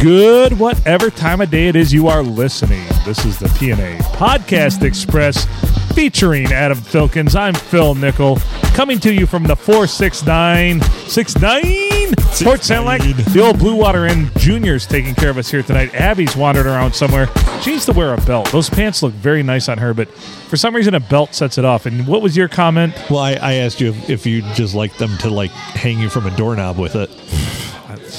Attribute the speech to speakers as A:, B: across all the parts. A: good, whatever time of day it is you are listening. This is the PNA Podcast Express featuring Adam Filkins. I'm Phil Nickel, coming to you from the 469 69 Port Sound Lake. The old Blue Water Inn Junior's taking care of us here tonight. Abby's wandered around somewhere. She needs to wear a belt. Those pants look very nice on her, but for some reason, a belt sets it off. And what was your comment?
B: Well, I, I asked you if, if you just like them to like hang you from a doorknob with it,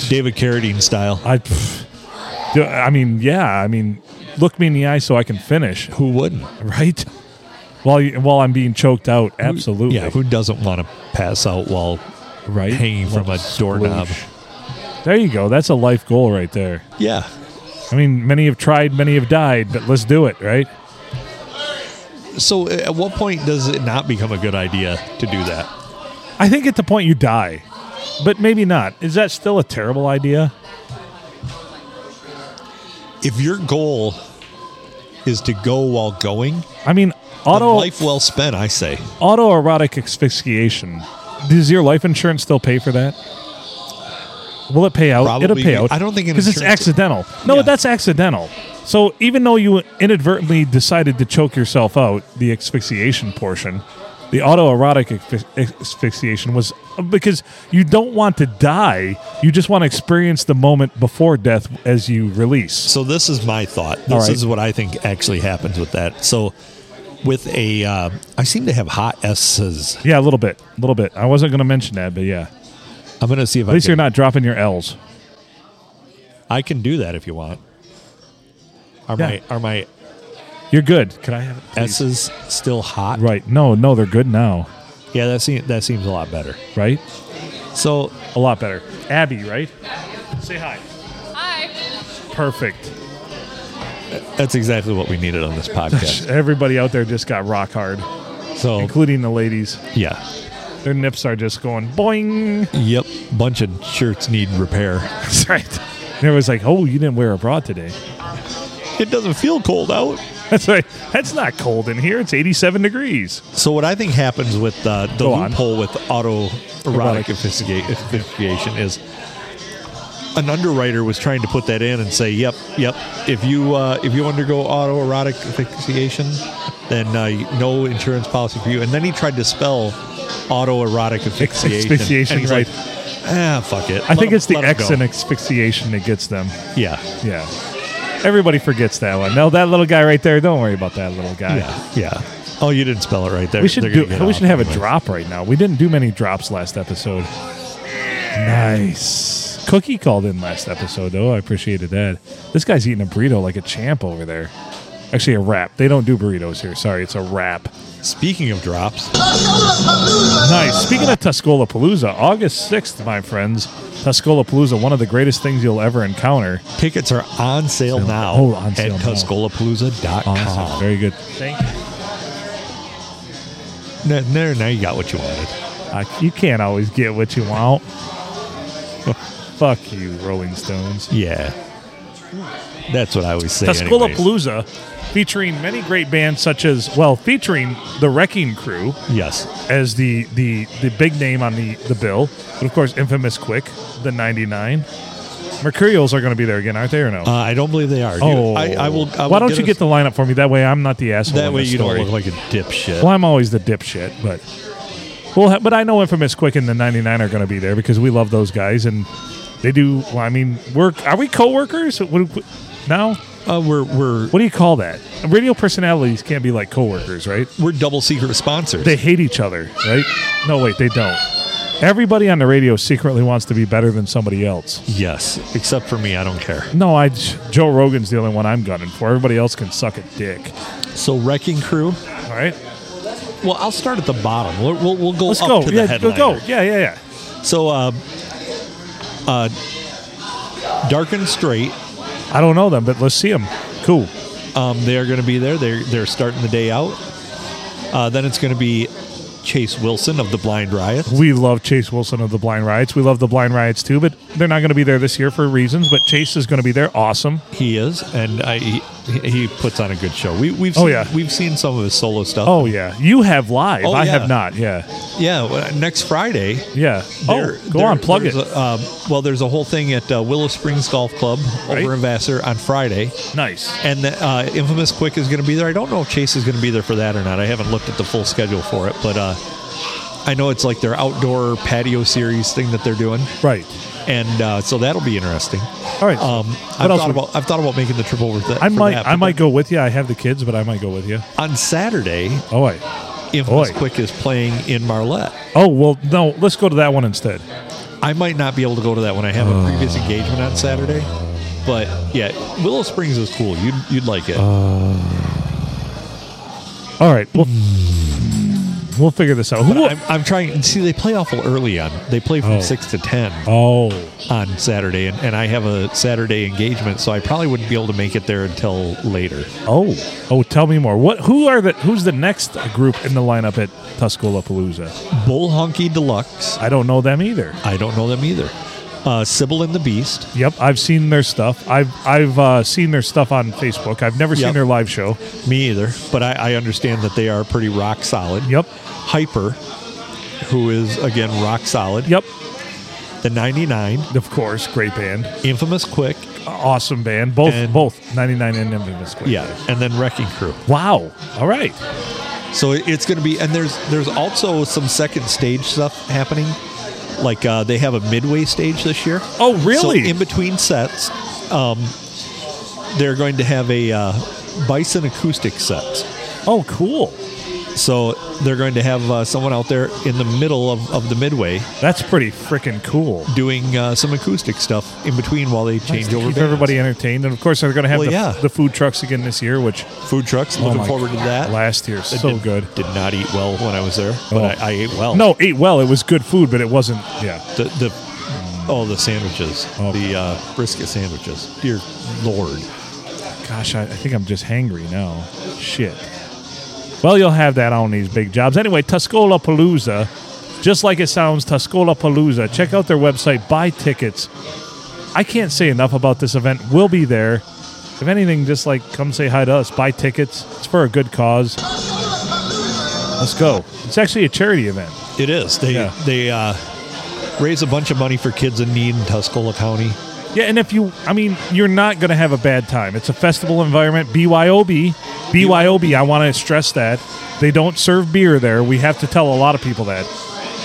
B: David Carradine style.
A: I, pff, do- I mean, yeah, I mean, look me in the eye so I can finish,
B: Who wouldn't?
A: right? While you, while I'm being choked out, absolutely.
B: Yeah, who doesn't want to pass out while
A: right?
B: hanging from a
A: Sploosh.
B: doorknob?
A: There you go. That's a life goal right there.
B: Yeah,
A: I mean, many have tried, many have died, but let's do it, right?
B: So, uh, at what point does it not become a good idea to do that?
A: I think at the point you die, but maybe not. Is that still a terrible idea?
B: If your goal is to go while going,
A: I mean,
B: then
A: auto
B: life well spent, I say.
A: autoerotic asphyxiation. Does your life insurance still pay for that? Will it pay out?
B: Probably.
A: It'll pay out.
B: I don't think an
A: because it's
B: insurance-
A: accidental. No,
B: Yeah.
A: that's accidental. So even though you inadvertently decided to choke yourself out, the asphyxiation portion, the autoerotic asphy- asphyxiation was because you don't want to die. You just want to experience the moment before death as you release.
B: So, this is my thought. This
A: All right.
B: is what I think actually happens with that. So, with a, uh, I seem to have hot S's.
A: Yeah, a little bit, a little bit. I wasn't going to mention that, but yeah.
B: I'm going to see if
A: At
B: I
A: least
B: can,
A: you're not dropping your L's.
B: I can do that if you want. Are
A: Yeah.
B: my are my
A: You're good. Can I have it? please?
B: S's still hot?
A: Right. No, no, they're good now.
B: Yeah, that seems that seems a lot better.
A: Right?
B: So,
A: A lot better. Abby, right? Say hi.
C: Hi.
A: Perfect.
B: that's exactly what we needed on this podcast.
A: Everybody out there just got rock hard,
B: So,
A: including the ladies.
B: yeah.
A: Their nips are just going boing.
B: Yep, bunch of shirts need repair.
A: That's right. And everyone's like, oh, you didn't wear a bra today.
B: It doesn't feel cold out.
A: That's right. That's not cold in here. It's 87 degrees.
B: So what I think happens with uh, the
A: Go on.
B: loophole with auto
A: Erotic.
B: erotic asphyxiation is an underwriter was trying to put that in and say, "Yep, yep. If you uh, if you undergo auto erotic asphyxiation, then uh, no insurance policy for you." And then he tried to spell auto erotic asphyxiation.
A: Asphyxiation,
B: and he's
A: right.
B: Like, ah, fuck it.
A: I think it's the X
B: X
A: in asphyxiation that gets them.
B: Yeah,
A: Yeah. Everybody forgets that one. No, that little guy right there. Don't worry about that little guy.
B: yeah, yeah. Oh, you didn't spell it right there.
A: We should
B: They're
A: do.
B: gonna get
A: We
B: off
A: should have a
B: anyway.
A: drop right now. We didn't do many drops last episode. Nice. Cookie called in last episode though. I appreciated that. This guy's eating a burrito like a champ over there. Actually, a wrap. They don't do burritos here. Sorry, it's a wrap.
B: Speaking of drops.
A: Nice. Speaking of Tuscola Palooza, August sixth, my friends. Tuscola Palooza, one of the greatest things you'll ever encounter.
B: Tickets are on sale now
A: Oh, on sale
B: at
A: now.
B: Tuscolapalooza.com.
A: Very good. Thank you.
B: Now, now, now you got what you wanted.
A: Uh, you can't always get what you want. Fuck you, Rolling Stones.
B: Yeah. That's what I always say. anyways.
A: Tuscolapalooza, featuring many great bands such as well, featuring the Wrecking Crew
B: Yes.
A: as the the the big name on the the bill, but of course, Infamous Quick, the '99. Mercurials are going to be there again, aren't they, or no?
B: Uh, I don't believe they are. You-
A: oh,
B: I, I will. I will
A: why don't you
B: us-
A: get the lineup for me? That way, I'm not the asshole.
B: That
A: in
B: way
A: this
B: you don't
A: story.
B: look like a dipshit.
A: Well, I'm always the dipshit, but well, ha- but I know Infamous Quick and the '99 are going to be there because we love those guys, and they do. Well, I mean, work. Are we coworkers? What, what, now?
B: Uh, we're we're
A: What do you call that? Radio personalities can't be like coworkers, right?
B: we're double secret sponsors.
A: They hate each other, right? No, wait, they don't. Everybody on the radio secretly wants to be better than somebody else.
B: yes, except for me, I don't care.
A: No, I Joe Rogan's the only one I'm gunning for. Everybody else can suck a dick.
B: So Wrecking Crew.
A: All right,
B: Well, I'll start at the bottom. We'll we'll, we'll go
A: let's
B: up
A: go.
B: to the
A: Yeah, go,
B: headliner.
A: go. Yeah, yeah, yeah.
B: So, uh, uh, Dark and Straight.
A: I don't know them, but let's see them. Cool.
B: Um, they are going to be there. They're they're starting the day out. Uh, then it's going to be Chase Wilson of the Blind Riot.
A: We love Chase Wilson of the Blind Riots. We love the Blind Riots too, but they're not going to be there this year for reasons, but Chase is going to be there. Awesome.
B: He is, and I he, he puts on a good show. We, we've
A: Oh,
B: seen,
A: yeah.
B: we've seen some of his solo stuff.
A: Oh yeah, you have live.
B: Oh,
A: I
B: yeah.
A: have not. Yeah,
B: yeah. well, Next Friday.
A: yeah.
B: there-
A: oh, go
B: there-
A: on, plug it.
B: there's a, um, well, there's a whole thing at uh, Willow Springs Golf Club
A: Right.
B: over in Vassar on Friday,
A: nice.
B: and the, uh, Infamous Quick is going to be there. I don't know if Chase is going to be there for that or not. I haven't looked at the full schedule for it, but uh, I know it's like their outdoor patio series thing that they're doing,
A: Right.
B: and uh, so that'll be interesting.
A: All right.
B: Um, I've
A: What else
B: thought
A: we-
B: about I've thought about making the trip over. That,
A: I
B: for
A: might.
B: that,
A: I
B: but
A: might go with you. I have the kids, but I might go with you.
B: on Saturday.
A: Oh wait.
B: Infamous
A: Boy.
B: Quick is playing in Marlette.
A: Oh well, no. Let's go to that one instead.
B: I might not be able to go to that one. I have
A: Oh.
B: a previous engagement on Saturday. But yeah, Willow Springs is cool. You'd you'd like it.
A: Oh. All right. We'll, we'll figure this out. Who
B: But
A: will-
B: I'm, I'm trying. See, they play awful early on. They play from
A: Oh.
B: six to ten
A: oh.
B: on Saturday, and, and I have a Saturday engagement, so I probably wouldn't be able to make it there until later.
A: Oh. Oh. Tell me more. What? Who are the? Who's the next group in the lineup at Tuscola Palooza?
B: Bull Honky Deluxe.
A: I don't know them either.
B: I don't know them either. Uh, Sybil and the Beast.
A: Yep, I've seen their stuff. I've I've uh, seen their stuff on Facebook. I've never seen
B: Yep.
A: their live show.
B: Me either. But I, I understand that they are pretty rock solid.
A: Yep.
B: Hyper, who is again rock solid.
A: Yep.
B: The 99.
A: Of course, great band,
B: Infamous Quick.
A: awesome band. Both
B: And-
A: both ninety nine and Infamous Quake.
B: Yeah, and then Wrecking Crew.
A: Wow. All right.
B: So it- it's going to be, and there's there's also some second stage stuff happening. Like uh, they have a midway stage this year.
A: Oh, really?
B: So in between sets, um, they're going to have a uh, Bison acoustic set.
A: Oh, cool.
B: So they're going to have uh, someone out there in the middle of, of the midway
A: That's pretty freaking cool.
B: doing uh, some acoustic stuff in between while they change
A: Keep
B: over. bands.
A: everybody entertained, and of course they're going to have
B: Well,
A: the,
B: yeah.
A: the food trucks again this year, which
B: food trucks.
A: oh
B: Looking
A: my
B: forward to
A: God,
B: that.
A: Last year,
B: I
A: so
B: did-
A: good.
B: Did not eat well when I was there,
A: Oh.
B: but I, I ate well.
A: No, ate well. It was good food, but it wasn't. Yeah.
B: The the oh the sandwiches,
A: Oh.
B: the uh, brisket sandwiches. Dear Lord,
A: Gosh, I, I think I'm just hangry now. Shit. Well, you'll have that on these big jobs. Anyway, Tuscola Palooza, just like it sounds, Tuscola Palooza. Check out their website, buy tickets. I can't say enough about this event. We'll be there. If anything, just like come say hi to us, buy tickets. It's for a good cause. Let's go. It's actually a charity event.
B: it is. They
A: Yeah.
B: they uh, raise a bunch of money for kids in need in Tuscola County.
A: Yeah, and if you, I mean, you're not going to have a bad time. It's a festival environment. BYOB, BYOB. I want to stress that they don't serve beer there. We have to tell a lot of people that.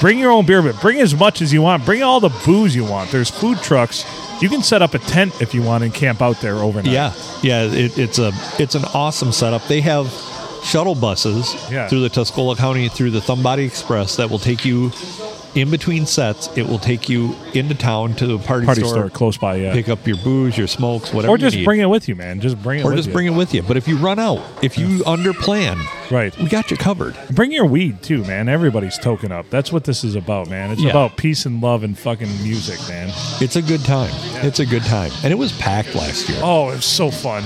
A: Bring your own beer, but bring as much as you want. Bring all the booze you want. There's food trucks. You can set up a tent if you want and camp out there overnight.
B: Yeah, Uh, yeah. It, it's a it's an awesome setup. They have shuttle buses
A: Yeah.
B: through the Tuscola County through the Thumbbody Express that will take you in between sets. It will take you into town to the party,
A: party store close by. Yeah,
B: pick up your booze, your smokes, whatever.
A: or
B: you
A: just
B: need.
A: bring it with you, man. Just bring it.
B: or
A: with
B: just
A: you.
B: bring it with you. But if you run out, if you underplan,
A: Right.
B: we got you covered.
A: Bring your weed too, man. Everybody's token up. That's what this is about, man. It's
B: Yeah.
A: about peace and love and fucking music, man.
B: It's a good time. It's a good time. And it was packed last year.
A: Oh, it was so fun.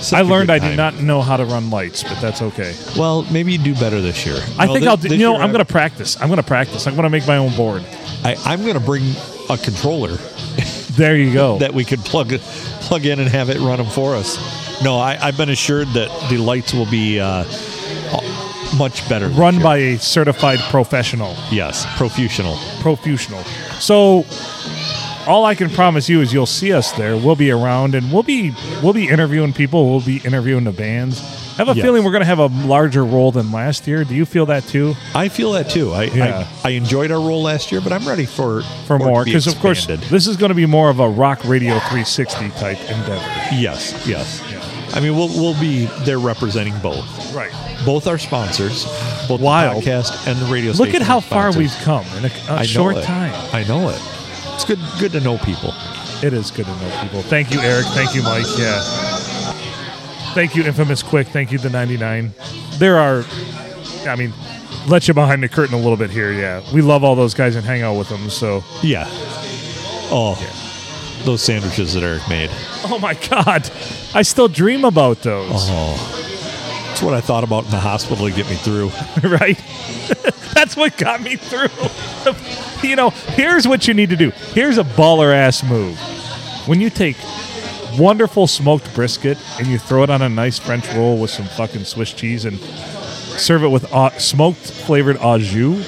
B: Such
A: I
B: a
A: learned
B: good
A: I do
B: time.
A: not know how to run lights, but that's okay.
B: Well, maybe you do better this year.
A: I
B: No,
A: think
B: thi-
A: I'll do,
B: this
A: you know,
B: year
A: I'm going to practice. I'm going to practice. I'm going to make my own board.
B: I, I'm going to bring a controller
A: There you go.
B: that we could plug plug in and have it run them for us. No, I, I've been assured that the lights will be uh, much better. this
A: Run
B: year.
A: by a certified professional,
B: yes, profusional.
A: profusional. So all I can promise you is you'll see us there. We'll be around and we'll be we'll be interviewing people, we'll be interviewing the bands. I have a
B: Yes.
A: feeling we're going to have a larger role than last year. Do you feel that too?
B: I feel that too. I,
A: Yeah.
B: I I enjoyed our role last year, but I'm ready for
A: For
B: it
A: more,
B: to be
A: because of course
B: expanded.
A: this is going to be more of a rock radio 360 type endeavor.
B: Yes, yes.
A: Yeah.
B: I mean, we'll we'll be there representing both.
A: Right.
B: Both our sponsors, both
A: Wild.
B: the podcast and the radio.
A: Look
B: station
A: at how
B: are
A: far
B: sponsors.
A: we've come in a, a
B: I know
A: short
B: it.
A: time.
B: I know it. It's good good to know people.
A: It is good to know people. Thank you, Eric. Thank you, Mike. Yeah. Thank you, Infamous Quick. Thank you, the 99. There are, I mean, let you behind the curtain a little bit here. Yeah. We love all those guys and hang out with them. So,
B: Yeah. Oh, those sandwiches that Eric made.
A: oh my God. I still dream about those.
B: Oh, That's what I thought about in the hospital to get me through.
A: right? That's what got me through. you know, here's what you need to do. Here's a baller ass move. When you take wonderful smoked brisket and you throw it on a nice French roll with some fucking Swiss cheese and serve it with au- smoked flavored au jus,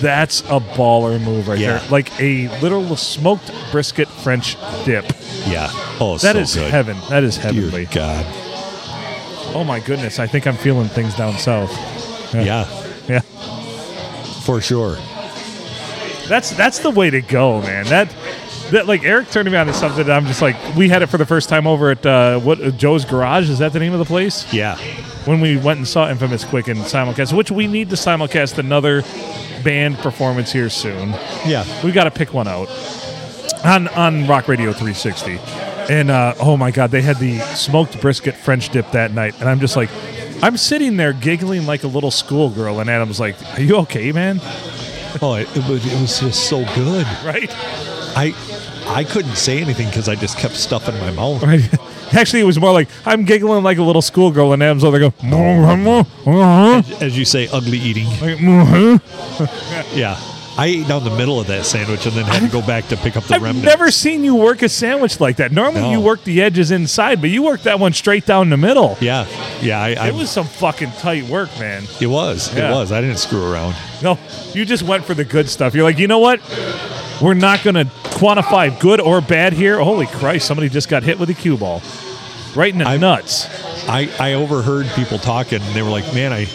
A: that's a baller move right
B: Yeah.
A: there. Like a little smoked brisket French dip.
B: Yeah. Oh, it's
A: That
B: so
A: is
B: good.
A: heaven. That is
B: Dear
A: heavenly.
B: God.
A: Oh my goodness. I think I'm feeling things down south.
B: Yeah,
A: Yeah.
B: for sure.
A: That's that's the way to go, man. That that like Eric turned me on to something. that I'm just like, we had it for the first time over at uh, what uh, Joe's Garage. Is that the name of the place?
B: Yeah.
A: When we went and saw Infamous Quick and simulcast, which we need to simulcast another band performance here soon.
B: Yeah.
A: We got to pick one out on on Rock Radio 360. And uh, oh my God, they had the smoked brisket French dip that night, and I'm just like, I'm sitting there giggling like a little schoolgirl, and Adam's like, "Are you okay, man?"
B: Oh, it, it was it was just so good.
A: Right.
B: I I couldn't say anything because I just kept stuff in my mouth.
A: Right. Actually, it was more like I'm giggling like a little schoolgirl, and Adam's over there go.
B: As you say, ugly eating. Yeah. I ate down the middle of that sandwich and then had to go back to pick up the
A: I've
B: remnants.
A: never seen you work a sandwich like that. Normally,
B: No.
A: you work the edges inside, but you worked that one straight down the middle.
B: Yeah. Yeah. I, I,
A: It was some fucking tight work, man.
B: It was.
A: Yeah.
B: It was. I didn't screw around.
A: No, you just went for the good stuff. You're like, you know what? We're not going to quantify good or bad here. Holy Christ, somebody just got hit with a cue ball. Right in the
B: I've-
A: nuts.
B: I, I overheard people talking and they were like, man, I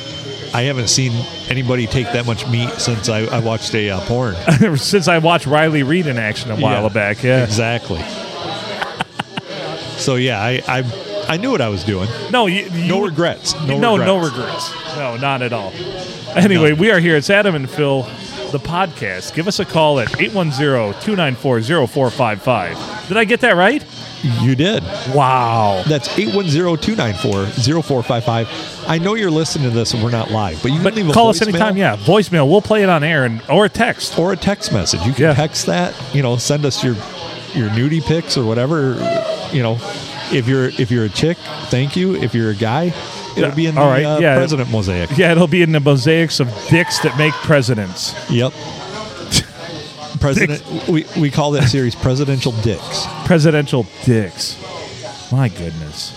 B: I haven't seen anybody take that much meat since I, I watched a uh, porn.
A: Since I watched Riley Reed in action a while
B: Yeah.
A: back. Yeah.
B: Exactly. so yeah, I, I I knew what I was doing.
A: No, you, you
B: No regrets. No,
A: no,
B: regrets.
A: no regrets. No, not at all. Anyway, we are here. It's Adam and Phil, the podcast. Give us a call at 810-294-0455. Did I get that right?
B: You did.
A: Wow.
B: That's 810-294-0455. I know you're listening to this and we're not live, but you can
A: But
B: leave a
A: call us
B: voicemail
A: anytime. Yeah, voicemail. We'll play it on air and or text.
B: or a text message. You can
A: Yeah.
B: text that, you know, send us your your nudie pics or whatever, you know. If you're if you're a chick, thank you. If you're a guy, it'll
A: Yeah,
B: be in the
A: all right,
B: uh,
A: yeah.
B: president mosaic.
A: Yeah, it'll be in the mosaics of dicks that make presidents.
B: Yep. President, we, we call that series presidential dicks.
A: Presidential dicks. My goodness.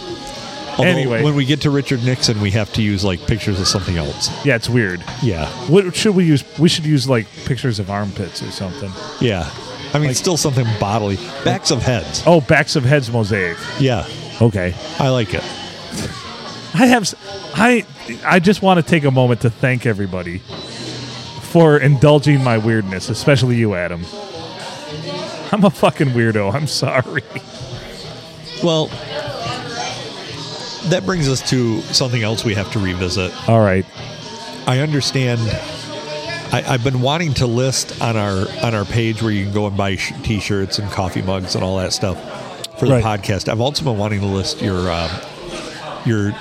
B: Although,
A: Anyway.
B: when we get to Richard Nixon, we have to use like pictures of something else.
A: Yeah, it's weird.
B: Yeah,
A: What should we use? We should use like pictures of armpits or something.
B: yeah. I mean, still something bodily. Backs of heads.
A: Oh, backs of heads mosaic.
B: Yeah,
A: Okay.
B: I like it.
A: I have, s- I, I just want to take a moment to thank everybody for indulging my weirdness, especially you, Adam. I'm a fucking weirdo. I'm sorry.
B: Well, that brings us to something else we have to revisit.
A: All right.
B: I understand. I, I've been wanting to list on our on our page where you can go and buy sh- t-shirts and coffee mugs and all that stuff for the
A: Right.
B: podcast. I've also been wanting to list your um, your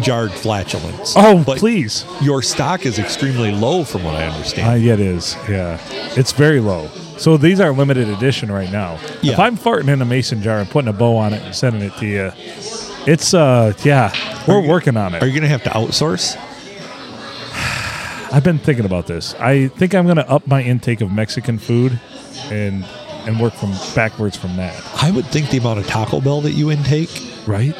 B: jarred flatulence.
A: Oh,
B: But
A: please.
B: Your stock is extremely low, from what I
A: Uh,
B: understand.
A: yeah, it is. Yeah, it's very low. So these are limited edition right now. If
B: Yeah.
A: I'm farting in a mason jar and putting a bow on it and sending it to you, it's uh, yeah, we're
B: you-
A: working on it.
B: Are you going to have to outsource?
A: I've been thinking about this. I think I'm gonna up my intake of Mexican food, and and work from backwards from that.
B: I would think the amount of Taco Bell that you intake
A: Right.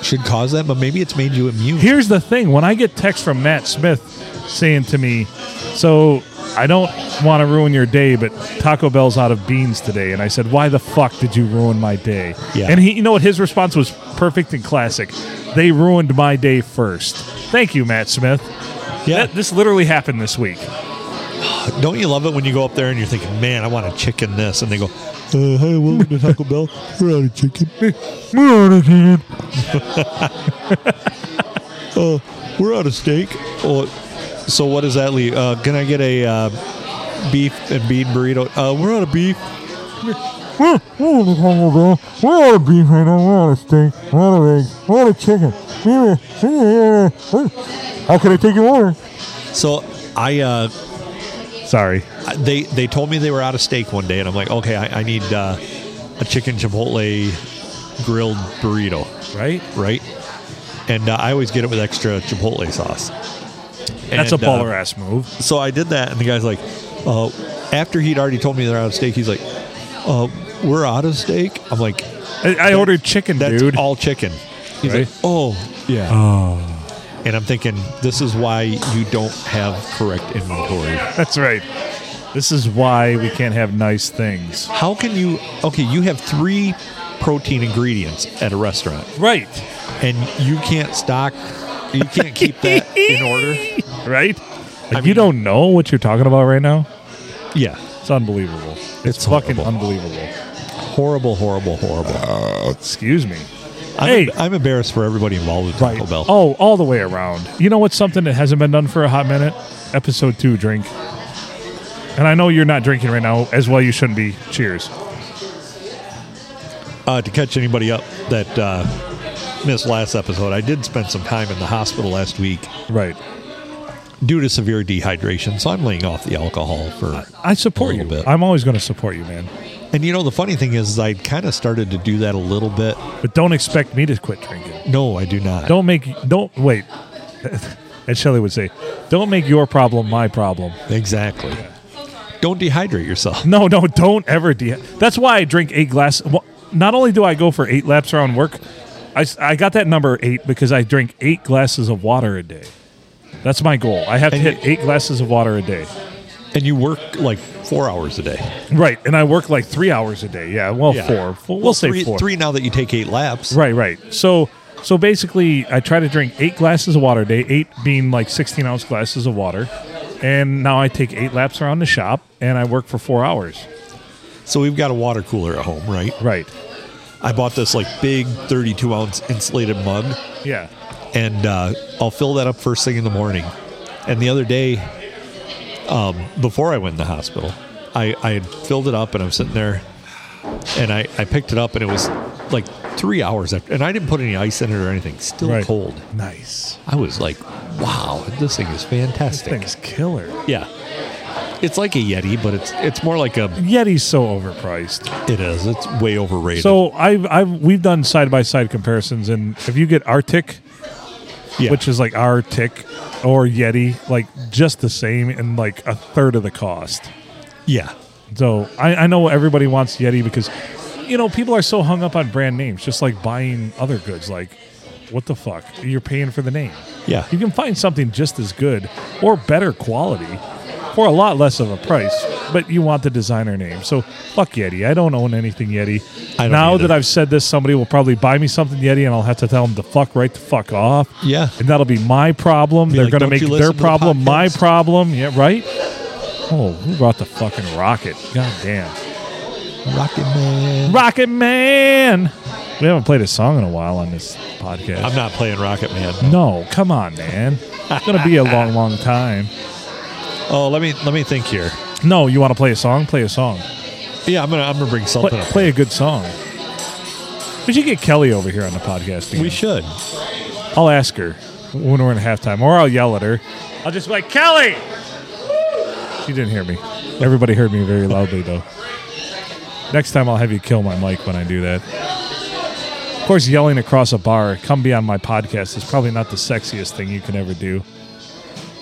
B: should cause that, but maybe it's made you immune.
A: Here's the thing: when I get texts from Matt Smith saying to me, "So I don't want to ruin your day, but Taco Bell's out of beans today," and I said, "Why the fuck did you ruin my day?"
B: Yeah.
A: And he, you know what? His response was perfect and classic. They ruined my day first. Thank you, Matt Smith.
B: yeah.
A: That, this literally happened this week.
B: Don't you love it when you go up there and you're thinking, man, I want a chicken this? And they go, uh, hey, welcome to Taco Bell. We're out of chicken. Uh, we're out of steak. Oh, so what does that leave? Uh, can I get a uh, beef and bean burrito? Uh, we're out of beef.
C: We're out of beef right now. We're out of steak. We're out of eggs. We're out of chicken. How can I take you over?
B: So I, uh,
A: Sorry.
B: they, they told me they were out of steak one day, and I'm like, okay, I, I need uh, a chicken chipotle grilled burrito,
A: Right.
B: right? and uh, I always get it with extra chipotle sauce.
A: That's
B: And,
A: a
B: uh,
A: baller ass move.
B: so I did that, and the guy's like, uh, after he'd already told me they're out of steak, he's like, uh, "We're out of steak." I'm like,
A: I, I ordered chicken,
B: "That's
A: dude.
B: all chicken." He's
A: Right.
B: like, "Oh, yeah." And I'm thinking, this is why you don't have correct inventory.
A: That's right. This is why we can't have nice things.
B: How can you? Okay, you have three protein ingredients at a restaurant,
A: Right.
B: and you can't stock. You can't keep that in order.
A: Right? Like, you
B: mean-
A: don't know what you're talking about right now?
B: Yeah,
A: It's unbelievable. It's,
B: It's
A: fucking
B: horrible.
A: unbelievable.
B: horrible, horrible, horrible. Oh.
A: Excuse me.
B: I'm,
A: hey.
B: I'm embarrassed for everybody involved with Taco Bell.
A: Oh, all the way around. You know what's something that hasn't been done for a hot minute? Episode two drink. And I know you're not drinking right now, as well you shouldn't be. Cheers.
B: uh, to catch anybody up that uh, missed last episode, I did spend some time in the hospital last week
A: Right.
B: due to severe dehydration, so I'm laying off the alcohol for.
A: I support
B: A
A: you.
B: little bit.
A: I'm always going to support you, man.
B: And you know, the funny thing is, I kind of started to do that a little bit.
A: But don't expect me to quit drinking.
B: No, I do not.
A: Don't make, don't, wait. As Shelley would say, don't make your problem my problem.
B: Exactly. Don't dehydrate yourself.
A: No, no, don't ever. De- That's why I drink eight glass. well, Not only do I go for eight laps around work, I, s- I got that number eight because I drink eight glasses of water a day. That's my goal. I have to
B: And
A: hit eight glasses of water a day.
B: And you work like four hours a day.
A: Right, and I work like three hours a day. Yeah, well,
B: Yeah.
A: four. F- We'll,
B: Well,
A: say
B: three,
A: four.
B: three now that you take eight laps.
A: Right, right. So, so basically, I try to drink eight glasses of water a day. Eight being like sixteen ounce glasses of water, and now I take eight laps around the shop and I work for four hours.
B: So we've got a water cooler at home, right?
A: Right.
B: I bought this like big 32 ounce insulated mug,
A: Yeah.
B: and uh, I'll fill that up first thing in the morning. And the other day, um, before I went in the hospital, I, I had filled it up and I'm sitting there and I, I picked it up and it was like three hours after. And I didn't put any ice in it or anything, still
A: Right.
B: cold.
A: Nice.
B: I was like, wow, this thing is fantastic.
A: Thing's killer.
B: Yeah. It's like a Yeti, but it's it's more like a
A: Yeti's so overpriced.
B: it is. It's way overrated.
A: So I've I've we've done side by side comparisons, and if you get Arctic,
B: yeah.
A: which is like Arctic or Yeti, like just the same and like a third of the cost.
B: yeah.
A: So I, I know everybody wants Yeti because you know people are so hung up on brand names, just like buying other goods. Like, what the fuck? You're paying for the name.
B: Yeah.
A: You can find something just as good or better quality for a lot less of a price, but you want the designer name. So fuck Yeti. I don't own anything Yeti.
B: I don't
A: now
B: either.
A: that I've said this, somebody will probably buy me something Yeti, and I'll have to tell them to fuck right the fuck off.
B: Yeah.
A: and that'll be my problem. They're
B: like,
A: going to
B: "Don't
A: make
B: you
A: their
B: listen to the
A: problem my
B: podcast?"
A: problem. Yeah, right. Oh, who brought the fucking rocket? God damn.
B: Rocket Man.
A: Rocket Man! We haven't played a song in a while on this podcast.
B: I'm not playing Rocket Man.
A: no, come on, man. It's going to be a long, long time.
B: Oh, let me let me think here.
A: No, you want to play a song? Play a song.
B: Yeah, I'm gonna I'm gonna bring
A: Play,
B: something up.
A: play a good song. We should get Kelly over here on the podcast. Again.
B: We should.
A: I'll ask her when we're in halftime, or I'll yell at her. I'll just be like, Kelly! She didn't hear me. Everybody heard me very loudly, though. Next time, I'll have you kill my mic when I do that. Of course, yelling across a bar, come be on my podcast, is probably not the sexiest thing you can ever do.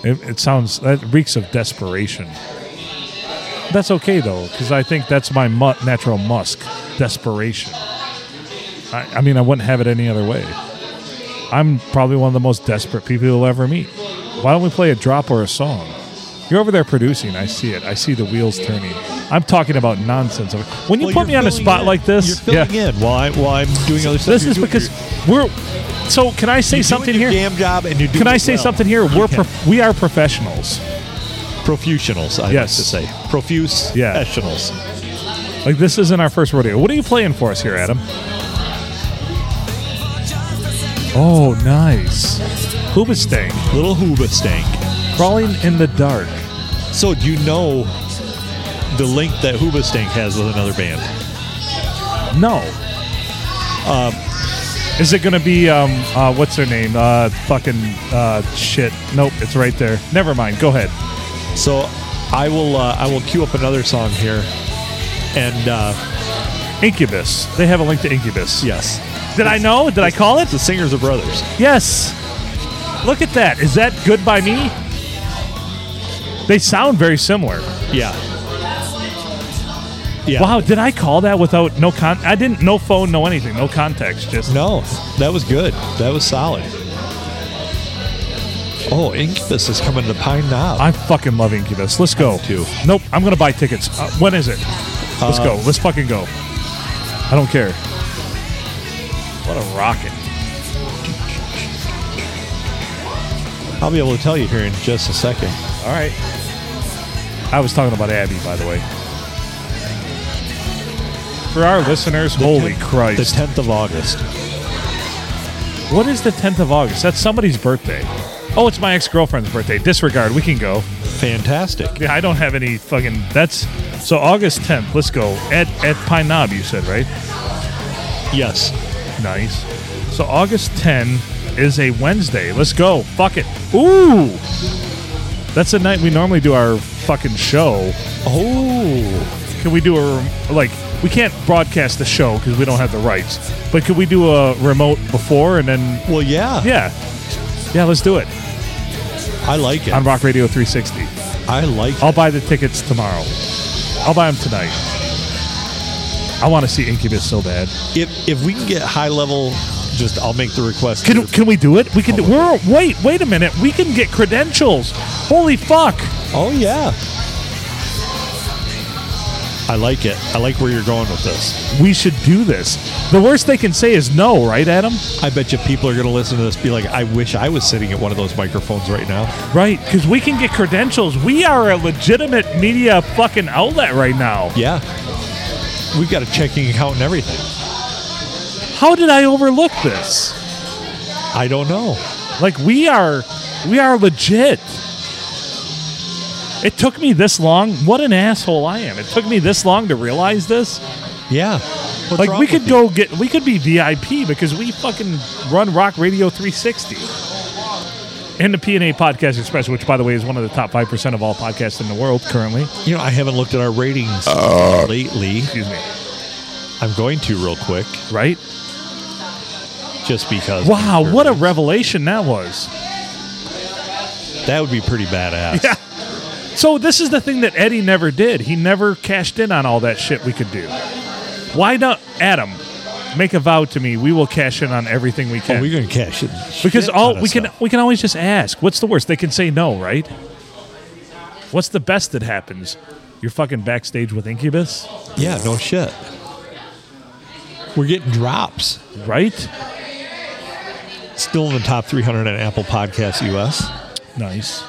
A: It, it sounds, that reeks of desperation. That's okay, though, because I think that's my mu- natural musk, desperation. I, I mean, I wouldn't have it any other way. I'm probably one of the most desperate people you'll ever meet. Why don't we play a drop or a song? You're over there producing. I see it. I see the wheels turning. I'm talking about nonsense. When you
B: Well,
A: put
B: you're
A: me on a
B: filling
A: spot
B: in.
A: like this,
B: You're filling in while I while I'm doing other stuff.
A: this
B: You're
A: is
B: doing
A: because
B: your-
A: we're. So can I say
B: you're doing
A: something
B: your
A: here?
B: Damn job, and you
A: Can I say something here? We're prof- we are professionals.
B: profusionals? I
A: Yes.
B: yes. like to say profuse
A: Yeah.
B: professionals.
A: Like this isn't our first rodeo. What are you playing for us here, Adam? Oh, nice. Hoobastank,
B: Little Hooba Stank.
A: crawling in the dark.
B: So do you know the link that Hooba Stank has with another band?
A: No. Um, is it going to be um, uh, what's her name? Uh, fucking uh, shit. Nope, it's right there. Never mind. Go ahead.
B: So I will uh, I will queue up another song here, and uh,
A: Incubus. They have a link to Incubus.
B: yes,
A: Did I know? Did I call it?
B: The singers are brothers.
A: Yes. Look at that. Is that good by me? They sound very similar.
B: Yeah. Yeah.
A: Wow, did I call that without no con? I didn't, no phone, no anything, no context. Just
B: No, that was good. That was solid. Oh, Incubus is coming to Pine Knob.
A: I fucking love Incubus. Let's go.
B: too.
A: Nope. I'm gonna buy tickets. Uh, when is it? Let's go. Let's fucking go. I don't care. What a rocket.
B: I'll be able to tell you here in just a second.
A: All right. I was talking about Abby, by the way. For our listeners, holy
B: Tenth-
A: Christ!
B: The 10th of August.
A: What is the 10th of August? That's somebody's birthday. Oh, it's my ex girlfriend's birthday. Disregard. We can go.
B: Fantastic.
A: Yeah, I don't have any fucking. That's. So August 10th. Let's go. At, at Pine Knob, you said, right?
B: Yes.
A: Nice. So August 10 is a Wednesday. Let's go. Fuck it. Ooh. That's the night we normally do our fucking show.
B: Oh,
A: Can we do a rem- like we can't broadcast the show because we don't have the rights. But could we do a remote before and then
B: well, yeah.
A: yeah. Yeah, let's do it.
B: I like it.
A: On Rock Radio 360.
B: I like it.
A: I'll buy the tickets tomorrow. I'll buy them tonight. I want to see Incubus so bad.
B: If, if we can get high level, just I'll make the request.
A: Can, can we do it? We can do. We're, wait, wait a minute. We can get credentials. Holy fuck!
B: oh, yeah. I like it. I like where you're going with this.
A: We should do this. The worst they can say is no, right, Adam?
B: I bet you people are going to listen to this be like, I wish I was sitting at one of those microphones right now.
A: Right, because we can get credentials. We are a legitimate media fucking outlet right now.
B: Yeah. We've got a checking account and everything.
A: How did I overlook this?
B: I don't know.
A: Like we are, we are legit. It took me this long. What an asshole I am! It took me this long to realize this.
B: Yeah. What's
A: like
B: wrong
A: we
B: with
A: could
B: you?
A: go get we could be VIP because we fucking run Rock Radio 360. And the PNA Podcast Express, which by the way is one of the top five percent of all podcasts in the world currently.
B: You know, I haven't looked at our ratings lately.
A: Excuse me.
B: I'm going to real quick,
A: Right?
B: just because.
A: Wow, what a revelation that was.
B: that would be pretty badass.
A: Yeah. So this is the thing that Eddie never did. He never cashed in on all that shit we could do. Why not Adam? Make a vow to me. We will cash in on everything we can.
B: Oh, we're gonna cash it
A: Because all we can we can always just ask. What's the worst? They can say no, right? What's the best that happens? You're fucking backstage with Incubus,
B: Yeah, no shit. We're getting drops.
A: right?
B: Still in the top 300 on Apple Podcasts US.
A: Nice.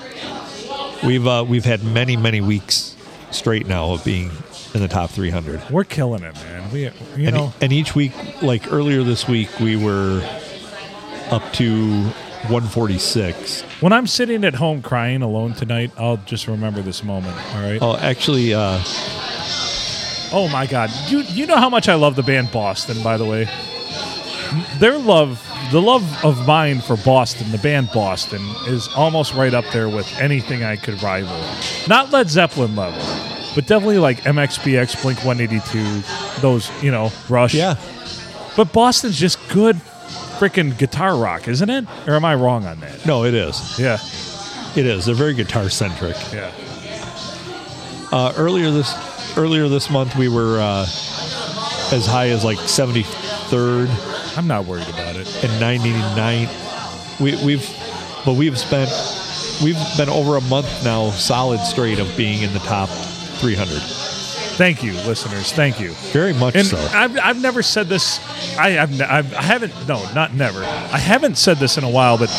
B: We've uh, we've had many many weeks straight now of being in the top 300.
A: We're killing it, man. We you
B: And, e-
A: know
B: and each week, like earlier this week, we were up to 146.
A: when I'm sitting at home crying alone tonight, I'll just remember this moment. All right.
B: Oh, actually, uh,
A: Oh my God! You you know how much I love the band Boston, by the way. Their love, the love of mine for Boston, the band Boston, is almost right up there with anything I could rival. Not Led Zeppelin level, but definitely like MXPX, Blink 182, those you know Rush.
B: yeah,
A: But Boston's just good, freaking guitar rock, isn't it? Or am I wrong on that?
B: no, it is.
A: Yeah,
B: It is. They're very guitar centric.
A: yeah.
B: Uh, earlier this earlier this month, we were uh, as high as like 73rd
A: I'm not worried about it.
B: and 99th. We, we've, but we've spent we've been over a month now, solid straight of being in the top 300.
A: Thank you, listeners. Thank you.
B: Very much
A: And
B: so.
A: I've, I've never said this. I, I've, I've, I haven't, no, not never. I haven't said this in a while, but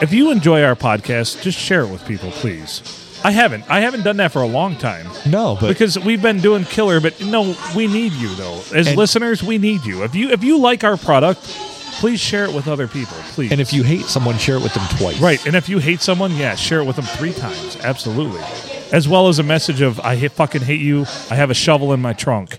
A: if you enjoy our podcast, just share it with people, please. I haven't. I haven't done that for a long time.
B: No, but-
A: because we've been doing killer. But no, we need you though. As
B: And-
A: listeners, we need you. If you if you like our product, please share it with other people, please.
B: and if you hate someone, share it with them twice.
A: Right, and if you hate someone, yeah, share it with them three times, absolutely, as well as a message of "I hate, fucking hate you. I have a shovel in my trunk."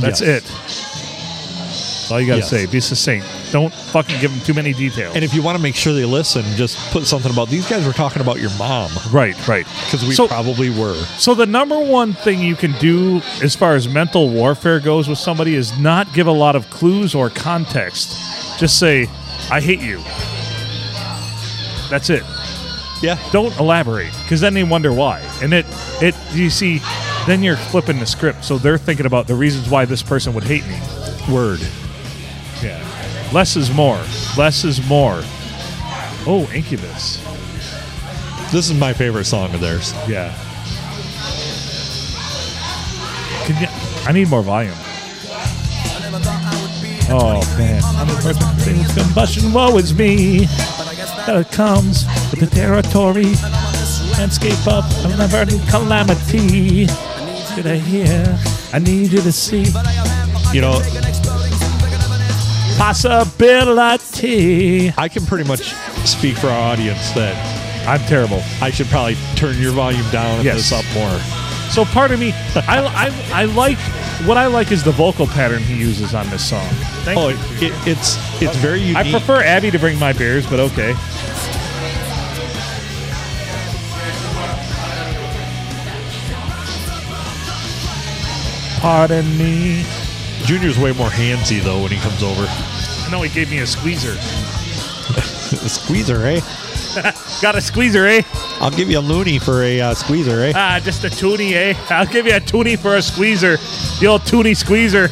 A: That's
B: Yes.
A: it. That's all you got to
B: Yes.
A: say. Be succinct. don't fucking give them too many details.
B: And if you want to make sure they listen, just put something about these guys were talking about your mom
A: right, right.
B: because we
A: So-
B: probably were.
A: So the number one thing you can do as far as mental warfare goes with somebody is not give a lot of clues or context. Just say, "I hate you." That's it.
B: Yeah.
A: Don't elaborate because then they wonder why. And it it you see, then you're flipping the script. So they're thinking about the reasons why this person would hate me.
B: Word.
A: Yeah. Less is more. Less is more. Oh, Incubus.
B: This is my favorite song of theirs.
A: Yeah. Can you, I need more volume. Oh man, I'm the first one to feel combustion. Woe is me. That comes with the territory. Landscape up of an burning calamity. Did I hear? I need you to see
B: You know,
A: possibility.
B: I can pretty much speak for our audience that
A: I'm terrible.
B: I should probably turn your volume down and
A: Yes.
B: this up more.
A: So part of me, I, I, I like what I like is the vocal pattern he uses on this song. Thank
B: Oh,
A: you.
B: it, it, it's it's very unique.
A: I prefer Abby to bring my beers, but okay. Pardon me.
B: Junior's way more handsy though when he comes over.
A: No, he gave me a squeezer.
B: squeezer, eh?
A: Got a squeezer, eh?
B: I'll give you a loony for a uh, squeezer, eh?
A: Ah, just a toonie, eh? I'll give you a toonie for a squeezer. The old toonie squeezer.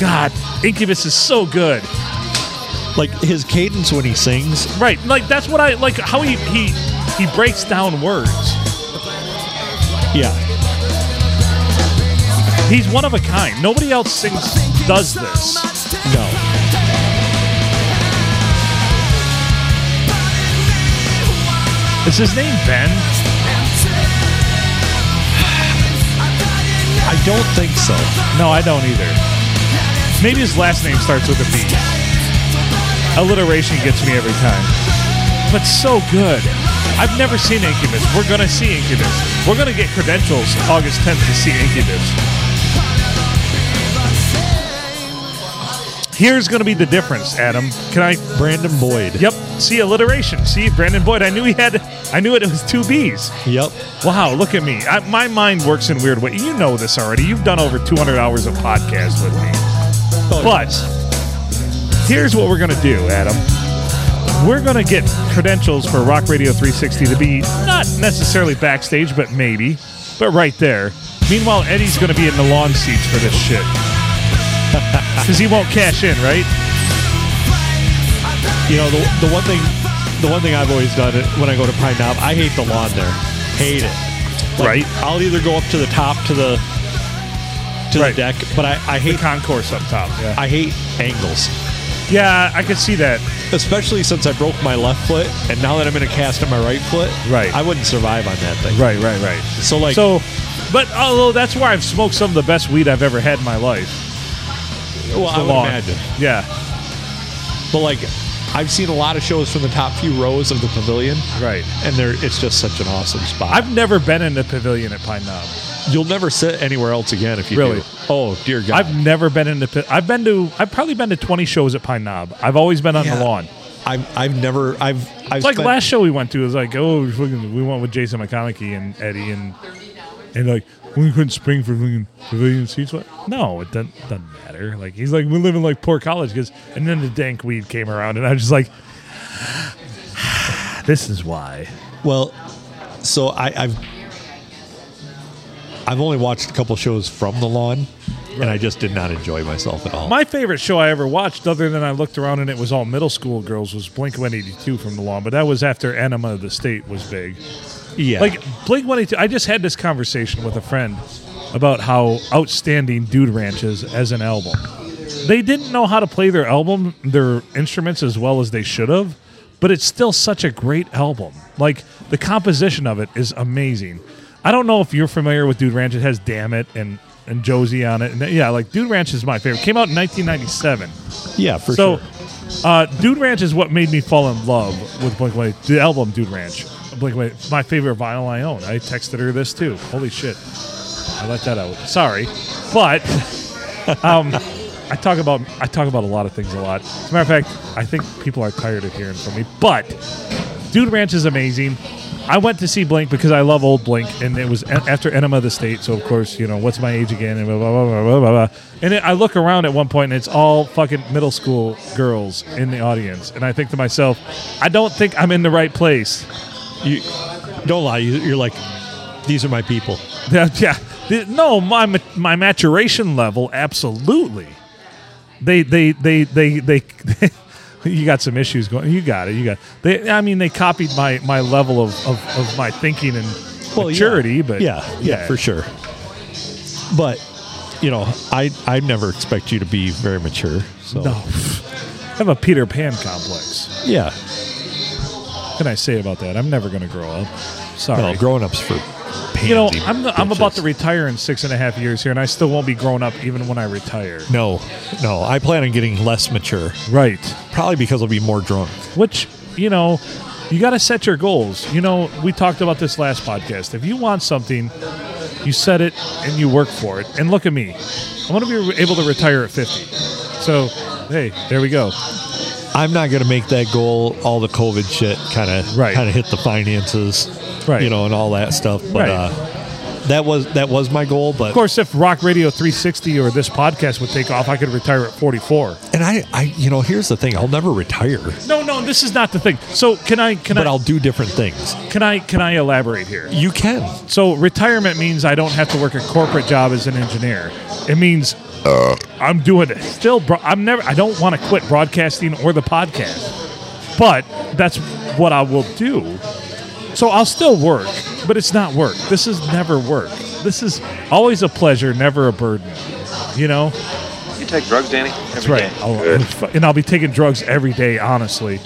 A: God, Incubus is so good.
B: Like his cadence when he sings,
A: Right, like that's what I like. How he he he breaks down words.
B: yeah.
A: He's one of a kind. Nobody else sings does this.
B: No,
A: Is his name Ben?
B: I don't think so.
A: No, I don't either. Maybe his last name starts with a B. Alliteration gets me every time. But so good. I've never seen Incubus. We're going to see Incubus. We're going to get credentials August 10th to see Incubus. Here's going to be the difference, Adam. Can I
B: Brandon Boyd.
A: Yep. See alliteration. See Brandon Boyd. I knew he had. I knew it, it was two B's.
B: Yep.
A: Wow. Look at me. I, my mind works in weird ways. You know this already. You've done over 200 hours of podcasts with me.
B: Oh,
A: But here's what we're gonna do, Adam. We're gonna get credentials for Rock Radio 360 to be not necessarily backstage, but maybe, but right there. Meanwhile, Eddie's gonna be in the lawn seats for this shit because he won't cash in, right?
B: You know the, the one thing, the one thing I've always done it- when I go to Pine Knob, I hate the lawn there, hate it.
A: Right.
B: I'll either go up to the top to the to
A: Right.
B: the deck, but I, I
A: The
B: hate
A: concourse up top. Yeah.
B: I hate angles,
A: Yeah, I could see that.
B: especially since I broke my left foot, and now that I'm in a cast on my right foot,
A: Right.
B: I wouldn't survive on that thing.
A: Right, right, right.
B: So like,
A: so, but although that's where I've smoked some of the best weed I've ever had in my life.
B: well, I would
A: Long.
B: imagine.
A: Yeah,
B: But like, I've seen a lot of shows from the top few rows of the pavilion,
A: right.
B: and there it's just such an awesome spot.
A: I've never been in the pavilion at Pine Knob.
B: You'll never sit anywhere else again if you
A: Really?
B: do. Oh dear God!
A: I've never been in the. pa- I've been to. I've probably been to twenty shows at Pine Knob. I've always been on
B: Yeah.
A: the lawn.
B: I've, I've never I've I've
A: It's like
B: spent-
A: last show we went to. It was like, oh, we fucking- we went with Jason McConaughey and Eddie and and like we couldn't spring for fucking pavilion seats. What? No, it doesn't, doesn't matter. Like he's like we're living like poor college kids. And then the dank weed came around, and I was just like, this is why.
B: well, so I, I've I've only watched a couple shows from the lawn, and I just did not enjoy myself at all.
A: My favorite show I ever watched, other than I looked around and it was all middle school girls, was Blink 182 from the lawn. But that was after Enema of the State was big.
B: yeah,
A: Like Blink 182, I just had this conversation with a friend about how outstanding Dude Ranch is as an album. They didn't know how to play their album, their instruments as well as they should have, but it's still such a great album. Like the composition of it is amazing. I don't know if you're familiar with Dude Ranch. It has Damn It and and Josie on it. And yeah, like Dude Ranch is my favorite. Came out in 1997
B: yeah, for
A: so,
B: sure.
A: uh, Dude Ranch is what made me fall in love with Blink One. The album Dude Ranch, Blink One, my favorite vinyl I own. I texted her this too. Holy shit, I let that out. Sorry, but um, I talk about I talk about a lot of things a lot. As a matter of fact, I think people are tired of hearing from me. But Dude Ranch is amazing. I went to see Blink because I love old Blink, and it was a- after Enema of the State. So of course, you know what's my age again, and blah blah blah blah blah. blah. And then I look around at one point, and it's all fucking middle school girls in the audience, and I think to myself, I don't think I'm in the right place.
B: You don't lie. You, you're like, these are my people.
A: Yeah, yeah. The- No, my ma- my maturation level, absolutely. They they they they they. you got some issues going. You got it. You got. They. I mean, they copied my my level of of, of my thinking and
B: Well, yeah.
A: maturity, but
B: yeah, yeah, for sure. But you know, I I never expect you to be very mature. So
A: No. I have a Peter Pan complex.
B: yeah,
A: What can I say about that? I'm never going to grow up. Sorry.
B: well, grown ups for pansy
A: you know, I'm, I'm about to
B: bitches.
A: retire in six and a half years here, and I still won't be grown up even when I retire.
B: no, no. I plan on getting less mature,
A: Right.
B: probably because I'll be more drunk.
A: which you know you got to set your goals you know we talked about this last podcast if you want something you set it and you work for it and look at me i want to be able to retire at 50 so hey there we go
B: I'm not going to make that goal. All the COVID shit kind of
A: Right.
B: kind of hit the finances,
A: Right.
B: You know, and all that stuff.
A: Right.
B: But uh, that was that was my goal. But
A: of course if rock radio 360 or this podcast would take off i could retire at 44
B: and I, I, you know, here's the thing: I'll never retire,
A: no no this is not the thing so can i can
B: but
A: i
B: I'll do different things.
A: can i can i elaborate here
B: You can.
A: So retirement means I don't have to work a corporate job as an engineer. It means I'm doing it. Still, bro- I'm never. I don't want to quit broadcasting or the podcast, but that's what I will do. So I'll still work, but it's not work. This is never work. This is always a pleasure, never a burden. You know,
D: You take drugs, Danny? That's
A: I'll, and I'll be taking drugs every day. Honestly,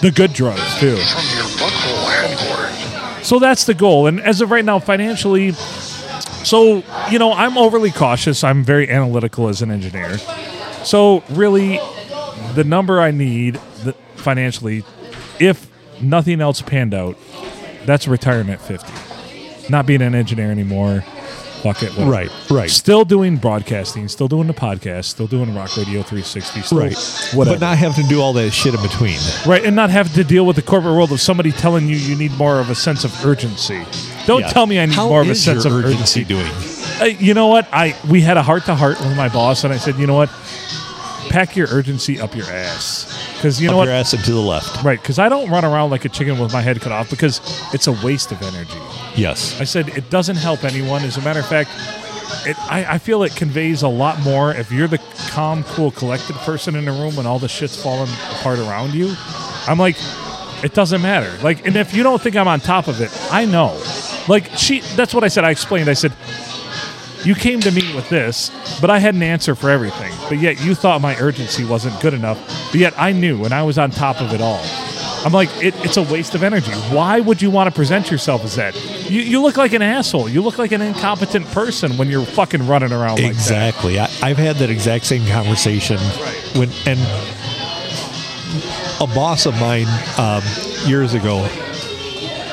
A: the good drugs too.
E: from your buckhole headquarters.
A: So that's the goal. And as of right now, financially, so, you know, I'm overly cautious. I'm very analytical as an engineer. So, really, the number I need th- financially, if nothing else panned out, that's retirement 50. Not being an engineer anymore. Fuck it. whatever.
B: Right, right.
A: Still doing broadcasting, still doing the podcast, still doing Rock Radio 360. Still
B: Right.
A: Whatever.
B: But not having to do all that shit in between.
A: Right, and not have to deal with the corporate world of somebody telling you you need more of a sense of urgency. Don't
B: Yeah.
A: tell me I need
B: How
A: more of a
B: is
A: sense of
B: your
A: urgency.
B: doing.
A: Uh, you know what? I we had a heart to heart with my boss, and I said, you know what? Pack your urgency up your ass, because you know
B: Up
A: what?
B: your ass and to the left.
A: Right, because I don't run around like a chicken with my head cut off because it's a waste of energy.
B: Yes.
A: I said it doesn't help anyone. As a matter of fact, it, I, I feel it conveys a lot more if you're the calm, cool, collected person in the room when all the shit's falling apart around you. I'm like, it doesn't matter. Like, and if you don't think I'm on top of it, I know. Like she, that's what I said. I explained. I said, you came to me with this, but I had an answer for everything. But yet you thought my urgency wasn't good enough. But yet I knew and I was on top of it all. I'm like, it, it's a waste of energy. Why would you want to present yourself as that? You, you look like an asshole. You look like an incompetent person when you're fucking running around like that.
B: Exactly. I, I've had that exact same conversation when and a boss of mine um, years ago.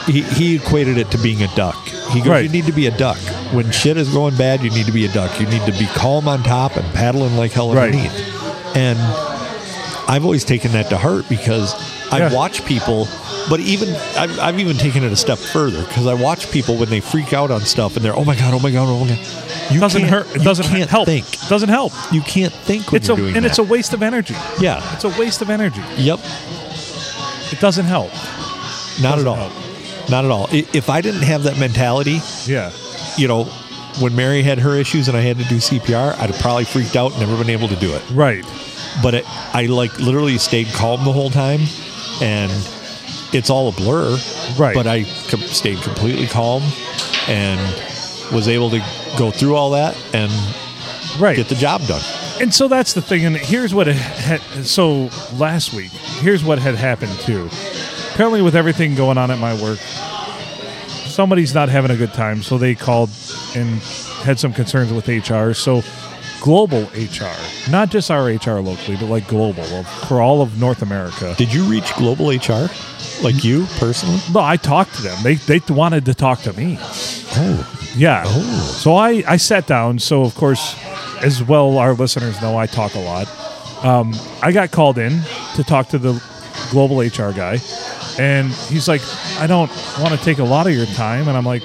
B: He, he equated it to being a duck. He goes,
A: Right.
B: "You need to be a duck when shit is going bad. You need to be a duck. You need to be calm on top and paddling like hell
A: Right.
B: underneath." And I've always taken that to heart because I
A: Yeah.
B: watch people, but even I've, I've even taken it a step further because I watch people when they freak out on stuff and they're oh my god, oh my god, oh my god. You
A: Doesn't
B: can't-
A: hurt. It
B: you
A: doesn't
B: can't
A: help.
B: Think
A: Doesn't help.
B: you can't think when
A: It's a
B: you're doing
A: and it's a
B: that.
A: waste of energy.
B: yeah.
A: It's a waste of energy.
B: Yep.
A: It doesn't help.
B: Not
A: Doesn't
B: at all.
A: help.
B: Not at all. I- If I didn't have that mentality,
A: Yeah.
B: you know, when Mary had her issues and I had to do CPR, I'd have probably freaked out, and never been able to do it.
A: Right.
B: But it, I like literally stayed calm the whole time, and it's all a blur.
A: Right.
B: But I com- stayed completely calm, and was able to go through all that and
A: Right.
B: get the job done.
A: And so that's the thing. And here's what it had. So last week, here's what had happened too. Apparently, with everything going on at my work, somebody's not having a good time. So they called and had some concerns with HR. So global HR, not just our HR locally, but like global for all of North America.
B: Did you reach global HR? Like you personally?
A: No, I talked to them. They they wanted to talk to me.
B: Oh,
A: Yeah. So I, I sat down. So, of course, as well our listeners know I talk a lot. Um, I got called in to talk to the global HR guy, and he's like, "I don't want to take a lot of your time," and I'm like,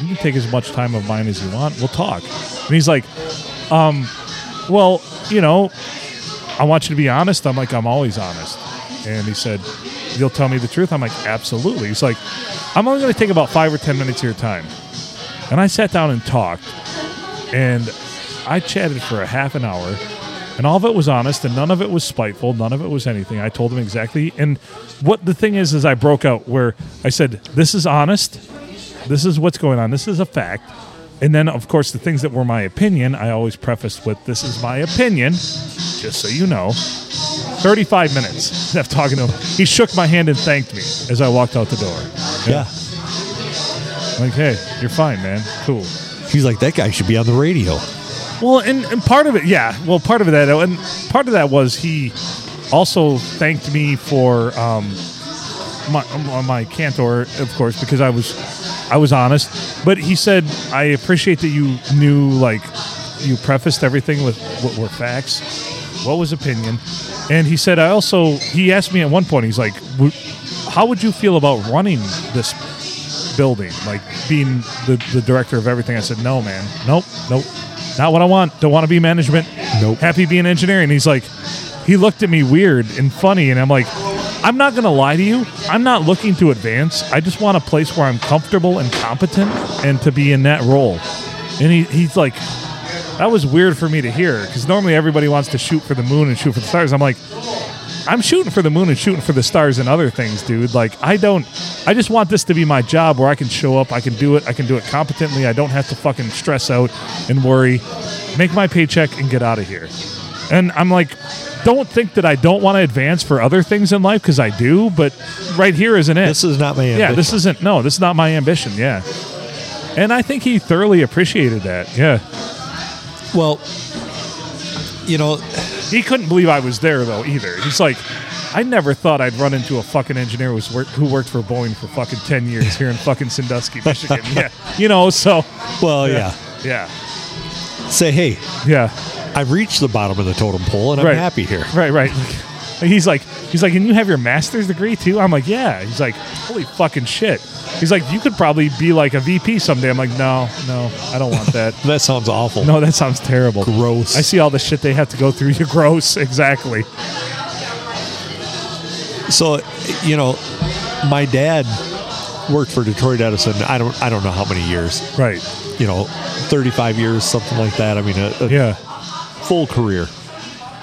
A: "You can take as much time of mine as you want. We'll talk." And he's like, um, "Well, you know, I want you to be honest." I'm like, "I'm always honest," and he said. You'll tell me the truth. I'm like, absolutely. He's like, I'm only going to take about five or ten minutes of your time. And I sat down and talked, and I chatted for a half an hour, and all of it was honest, and none of it was spiteful, none of it was anything. I told him exactly, and what the thing is, is I broke out where I said, "This is honest. This is what's going on. This is a fact." And then, of course, the things that were my opinion, I always prefaced with, "This is my opinion," just so you know. 35 minutes of talking to him. He shook my hand and thanked me as I walked out the door.
B: Yeah.
A: Like, hey, you're fine, man. Cool.
B: He's like, that guy should be on the radio.
A: Well, and, and part of it, yeah. Well, part of that, and part of that was he also thanked me for um, my uh, my cantor, of course, because I was I was honest. But he said, I appreciate that you knew, like, you prefaced everything with what were facts, what was opinion, and he said, I also he asked me at one point, he's like, "W- how would you feel about running this building, like being the, the director of everything. I said, no, man. Nope. Nope. Not what I want. Don't want to be management.
B: Nope.
A: Happy being engineering. He's like, he looked at me weird and funny. And I'm like, I'm not going to lie to you. I'm not looking to advance. I just want a place where I'm comfortable and competent and to be in that role. And he, he's like, that was weird for me to hear because normally everybody wants to shoot for the moon and shoot for the stars. I'm like, I'm shooting for the moon and shooting for the stars and other things, dude. Like I don't I just want this to be my job where I can show up, I can do it, I can do it competently. I don't have to fucking stress out and worry. Make my paycheck and get out of here. And I'm like don't think that I don't want to advance for other things in life because I do, but right here isn't it.
B: This is not my
A: yeah,
B: ambition.
A: this isn't no, this is not my ambition, yeah. And I think he thoroughly appreciated that. Yeah.
B: well, you know,
A: He couldn't believe I was there though either. He's like, I never thought I'd run into a fucking engineer who, was work- who worked for Boeing for fucking ten years here in fucking Sandusky, Michigan. yeah, you know. So,
B: well, yeah.
A: yeah, yeah,
B: Say, hey,
A: yeah.
B: I've reached the bottom of the totem pole and I'm
A: Right.
B: happy here.
A: Right, right. Like, he's like, he's like, and you have your master's degree too. I'm like, yeah. He's like, holy fucking shit. He's like, you could probably be like a VP someday. I'm like, no, no, I don't want that.
B: That sounds awful.
A: No, that sounds terrible.
B: Gross.
A: I see all the shit they have to go through. You're gross. Exactly.
B: So, you know, my dad worked for Detroit Edison. I don't, I don't know how many years.
A: Right.
B: You know, thirty-five years, something like that. I mean, a, a
A: Yeah.
B: full career.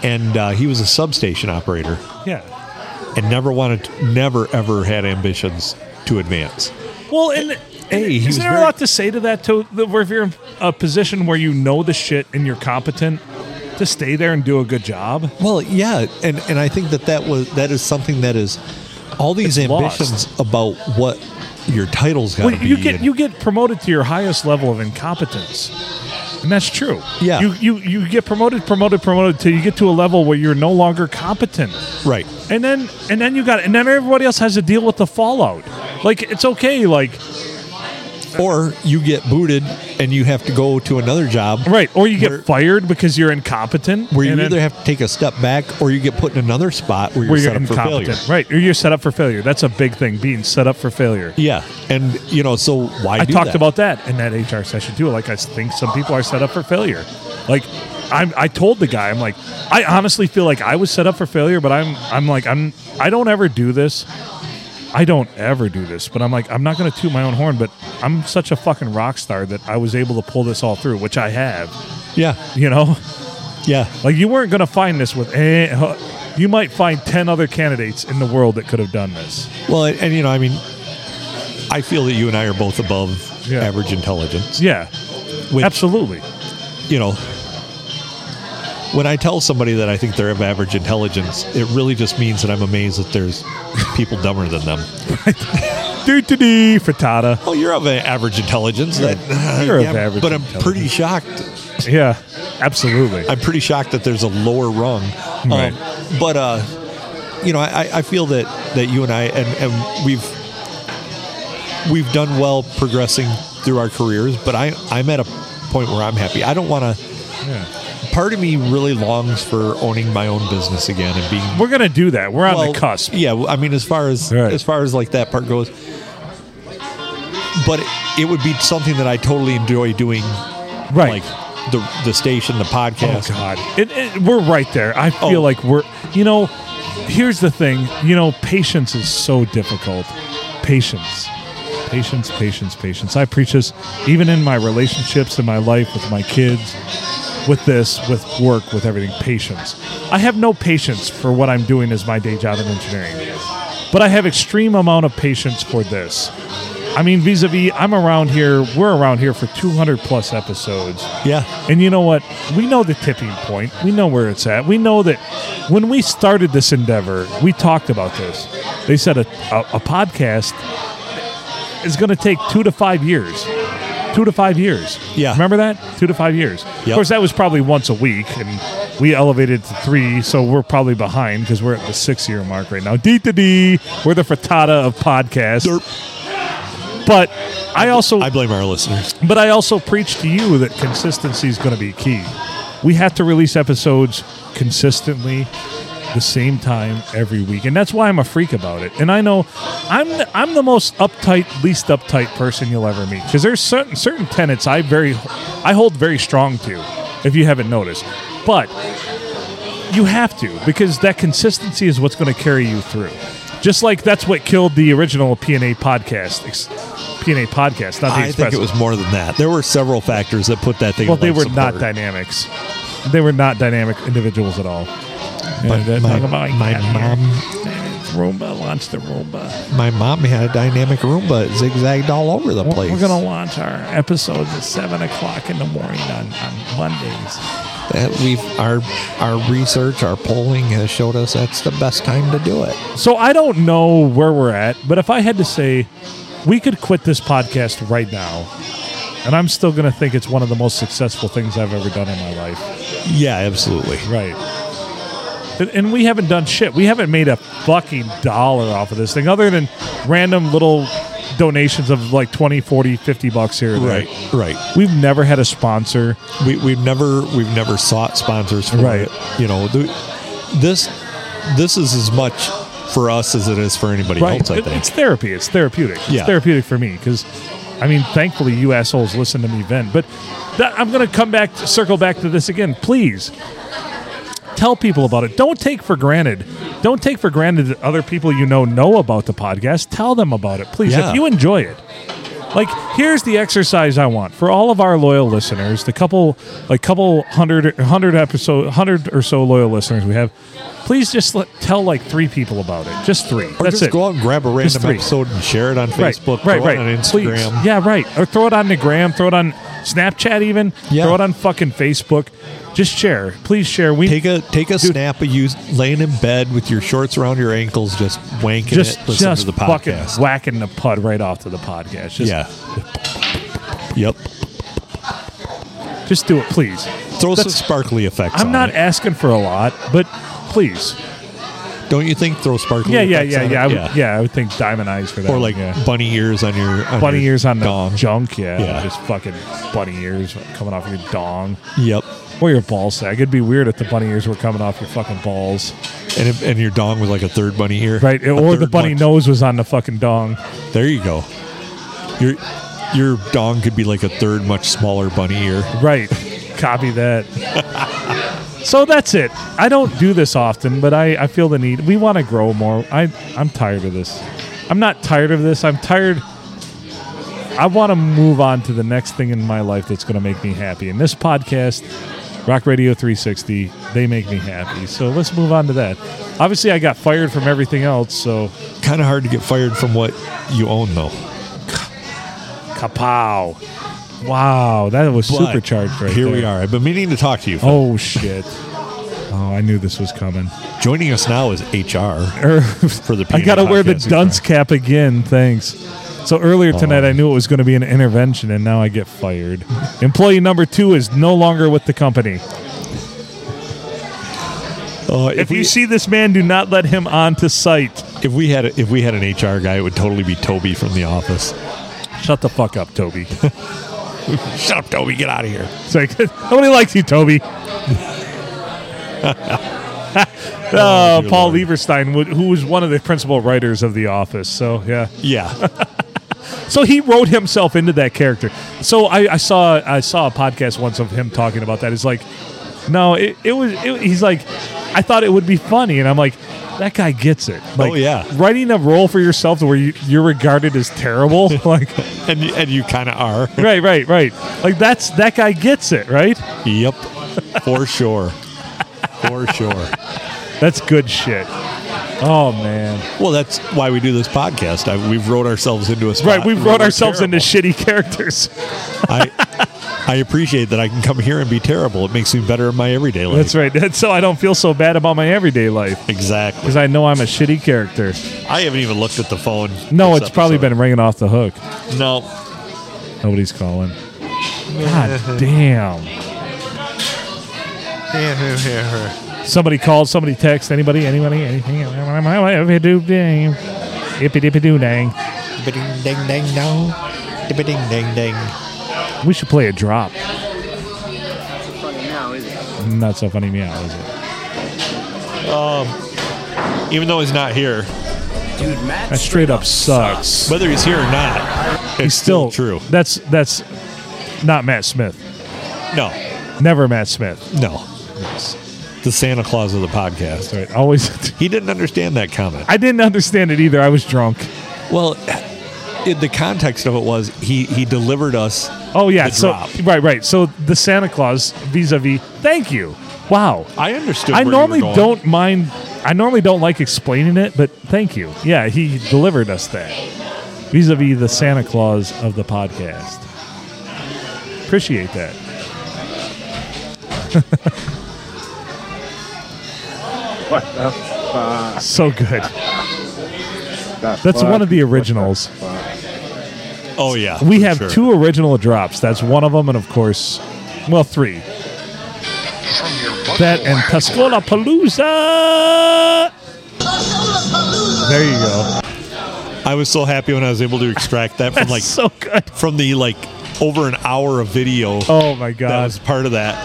B: And uh, he was a substation operator,
A: Yeah.
B: and never wanted, never ever had ambitions to advance.
A: Well, and
B: Hey, he
A: isn't
B: was
A: there
B: very-
A: a lot to say to that? To the, where if you're in a position where you know the shit and you're competent to stay there and do a good job.
B: Well, yeah, and and I think that that was that is something that is all these
A: It's lost.
B: ambitions about what your title's got to
A: Well,
B: be.
A: you get
B: and-
A: you get promoted to your highest level of incompetence, and that's true.
B: Yeah.
A: you you you get promoted, promoted, promoted till you get to a level where you're no longer competent,
B: right.
A: and then and then you got and then everybody else has to deal with the fallout. Like it's okay, like
B: Or you get booted and you have to go to another job.
A: right, or you get
B: Where-
A: fired because you're incompetent.
B: Where you
A: and then-
B: either have to take a step back or you get put in another spot where you're,
A: where you're
B: set up for failure.
A: incompetent, right? Or you're set up for failure. That's a big thing. Being set up for failure.
B: Yeah, and you know, so why
A: I,
B: do
A: talked
B: that?
A: about that in that HR session too. Like I think some people are set up for failure. Like I'm, I told the guy, I'm like, I honestly feel like I was set up for failure, but I'm, I'm like, I'm, I don't ever do this. I don't ever do this, but I'm like, I'm not going to toot my own horn, but I'm such a fucking rock star that I was able to pull this all through, which I have.
B: yeah,
A: You know,
B: yeah,
A: like you weren't going to find this with. Eh, huh. you might find ten other candidates in the world that could have done this.
B: Well, and, and, you know, I mean, I feel that you and I are both above
A: Yeah.
B: average intelligence.
A: Yeah,
B: Which,
A: absolutely.
B: You know, when I tell somebody that I think they're of average intelligence, it really just means that I'm amazed that there's people dumber than them.
A: Do do do frittata.
B: Oh, you're of a- average intelligence. That,
A: you're of average
B: But I'm pretty
A: intelligence.
B: shocked.
A: Yeah, absolutely.
B: I'm pretty shocked that there's a lower rung. Um,
A: Right.
B: but uh, you know, I, I feel that that you and I and, and we've we've done well progressing through our careers, but I I'm at a point where I'm happy. I don't want to Part of me really longs for owning my own business again and being
A: We're gonna do that. We're on
B: Well,
A: the cusp.
B: Yeah, well, I mean, as far as
A: Right.
B: as far as like that part goes, but it, it would be something that I totally enjoy doing,
A: Right.
B: like the the station, the
A: Oh
B: podcast.
A: God, it, it, we're right there. I feel
B: Oh.
A: like we're. You know, here's the thing. You know, patience is so difficult. Patience, patience, patience, patience. I preach this even in my relationships, in my life, with my kids, with this, with work, with everything. Patience. I have no patience for what I'm doing as my day job in engineering, but I have extreme amount of patience for this. I mean, vis-a-vis, I'm around here. We're around here for 200 plus episodes.
B: Yeah,
A: And you know what? We know the tipping point. We know where it's at. We know that when we started this endeavor, we talked about this. They said a, a, a podcast is going to take two to five years. Two to five years.
B: Yeah.
A: Remember that? Two to five years. Of
B: Yep.
A: course, that was probably once a week, and we elevated to three, so we're probably behind because we're at the six year mark right now. D to D. We're the frittata of podcasts.
B: Derp.
A: But I also
B: I blame our listeners.
A: but I also preach to you that consistency is going to be key. We have to release episodes consistently, the same time every week, and that's why I'm a freak about it. And I know I'm the, I'm the most uptight, least uptight person you'll ever meet because there's certain certain tenets I very I hold very strong to, if you haven't noticed. But you have to because that consistency is what's going to carry you through. Just like that's what killed the original PNA podcast, ex- PNA podcast, not the
B: I think
A: Express.
B: it was more than that. There were several factors that put that thing.
A: Well,
B: in
A: they
B: life
A: were
B: support.
A: not dynamics. They were not dynamic individuals at all.
B: But
A: Yeah, they're
B: my,
A: talking about,
B: my
A: yeah,
B: mom,
A: Roomba launched the Roomba.
B: my mom had a dynamic Roomba. It zigzagged all over the place.
A: We're going to launch our episodes at 7 o'clock in the morning on, on Mondays.
B: that we've our our research, our polling has showed us that's the best time to do it.
A: So I don't know where we're at, but if I had to say we could quit this podcast right now, and I'm still going to think it's one of the most successful things I've ever done in my life.
B: Yeah, absolutely.
A: Right. And- And we haven't done shit. We haven't made a fucking dollar off of this thing other than random little donations of like 20, 40, 50 bucks here. or there.
B: Right, right.
A: We've never had a sponsor.
B: we, we've never we've never sought sponsors for
A: Right.
B: it. You know, th- this this is as much for us as it is for anybody else. I
A: It-
B: think.
A: it's therapy. It's therapeutic. It's
B: Yeah.
A: therapeutic for me because, I mean, thankfully, you assholes listen to me vent. But that, I'm going to come back, circle back to this again. Please tell people about it. Don't take for granted. Don't take for granted that other people you know know about the podcast. Tell them about it, please.
B: Yeah.
A: If you enjoy it. Like here's the exercise I want for all of our loyal listeners, the couple like couple hundred hundred episode hundred or so loyal listeners we have. Please just let, tell like three people about it, just three.
B: or
A: That's
B: just
A: it.
B: go out and grab a
A: Just
B: random
A: three.
B: episode and share it on Facebook,
A: right,
B: throw
A: right, right.
B: it on Instagram.
A: Please. Yeah, right. Or throw it on the gram, throw it on Snapchat, even
B: Yeah.
A: throw it on fucking Facebook. Just share, please share. We
B: Take a take a snap of you laying in bed with your shorts around your ankles, just wanking
A: just
B: it. Listen
A: just
B: to the
A: fucking
B: podcast.
A: whacking the pud right off to the podcast. Just,
B: yeah. Yep.
A: just do it, please.
B: Throw some
A: That's-
B: sparkly effects.
A: I'm
B: on
A: not
B: it.
A: asking for a lot, but please.
B: Don't you think? Throw sparkly.
A: Yeah, yeah,
B: effects
A: yeah,
B: on it?
A: yeah. I would, yeah. I would think diamond eyes for that.
B: Or like
A: yeah.
B: bunny ears on your on
A: bunny
B: your
A: ears on the
B: dong.
A: junk. Yeah,
B: Yeah.
A: just fucking bunny ears coming off your dong
B: Yep.
A: or your ball sack. It'd be weird if the bunny ears were coming off your fucking balls,
B: and, if, and your dong was like a third bunny ear,
A: right?
B: A
A: or the
B: third
A: bunny
B: one.
A: nose was on the fucking dong.
B: There you go. Your your dong could be like a third much smaller bunny ear.
A: Right. Copy that. so that's it. I don't do this often, but I, I feel the need. We want to grow more. I, I'm tired of this. I'm not tired of this. I'm tired. I want to move on to the next thing in my life that's going to make me happy. And this podcast, Rock Radio 360, they make me happy. So let's move on to that. Obviously, I got fired from everything else, so
B: Kind of hard to get fired from what you own though.
A: kapow. Wow, that was
B: But
A: supercharged right
B: Here
A: there.
B: we are. I've been meaning to talk to you.
A: Oh, shit. Oh, I knew this was coming.
B: Joining us now is HR
A: Er,
B: for the.
A: I got to
B: PNA
A: wear the
B: podcast.
A: dunce cap again. Thanks. So earlier tonight, I knew it was going to be an intervention, and now I get fired. Employee number two is no longer with the company.
B: Uh, if,
A: If
B: we
A: you see this man, do not let him onto site.
B: if we had a, if we had an HR guy, it would totally be Toby from The Office.
A: Shut the fuck up, Toby.
B: Shut up, Toby. Get out of here.
A: It's like nobody likes you, Toby. Uh,
B: dear
A: Paul
B: Lord.
A: Lieberstein, wh- who was one of the principal writers of The Office, so yeah,
B: Yeah.
A: so he wrote himself into that character. So I, I saw I saw a podcast once of him talking about that. It's like, no, it, it was. It, he's like, I thought it would be funny, and I'm like, that guy gets it. Like,
B: Oh, yeah.
A: writing a role for yourself to where you, you're regarded as terrible, like,
B: and, you- and you kind of are.
A: right, right, right. Like that's that guy gets it, right?
B: Yep. For sure. For sure.
A: That's good shit. Oh man.
B: Well, that's why we do this podcast. I, we've wrote ourselves into a spot.
A: Right, we've
B: where
A: wrote
B: Uh, we're
A: ourselves
B: terrible.
A: into shitty characters.
B: I, I appreciate that I can come here and be terrible. It makes me better in my everyday life.
A: That's right. That's so I don't feel so bad about my everyday life
B: Exactly.
A: because I know I'm a shitty character.
B: I haven't even looked at the phone.
A: No,
B: this
A: it's probably
B: episode.
A: been ringing off the hook.
B: No.
A: Nobody's calling. God damn. Somebody called, somebody text, anybody, anybody, anything. Ippy dippy doo dang.
B: Ding ding ding dong. Ding ding ding.
A: We should play a drop. Not so funny meow, is it?
B: Even though he's not here,
A: That straight up sucks.
B: whether he's here or not, it's
A: He's still
B: true.
A: That's that's not Matt Smith.
B: No.
A: Never Matt Smith.
B: No. The Santa Claus of the podcast.
A: That's right. Always.
B: He didn't understand that comment.
A: I didn't understand it either. I was drunk.
B: Well, in the context of it was he he delivered us.
A: Oh yeah.
B: The
A: so
B: drop.
A: right, right. So the Santa Claus vis-a-vis. Thank you. Wow.
B: I understood.
A: I
B: where you were
A: normally
B: going.
A: don't mind. I normally don't like explaining it, but thank you. Yeah, he delivered us that vis-a-vis the Santa Claus of the podcast. Appreciate that.
F: What the fuck?
A: So good.
F: The
A: That's
F: fuck?
A: one of the originals.
B: Oh yeah.
A: We
B: for
A: have
B: sure.
A: two original drops. That's one of them, and of course, well, three.
E: From your butt
A: That and Tuscola Palooza. There you go.
B: I was so happy when I was able to extract that from
A: That's
B: like
A: so good.
B: from the like over an hour of video
A: Oh my
B: that
A: god,
B: was part of that,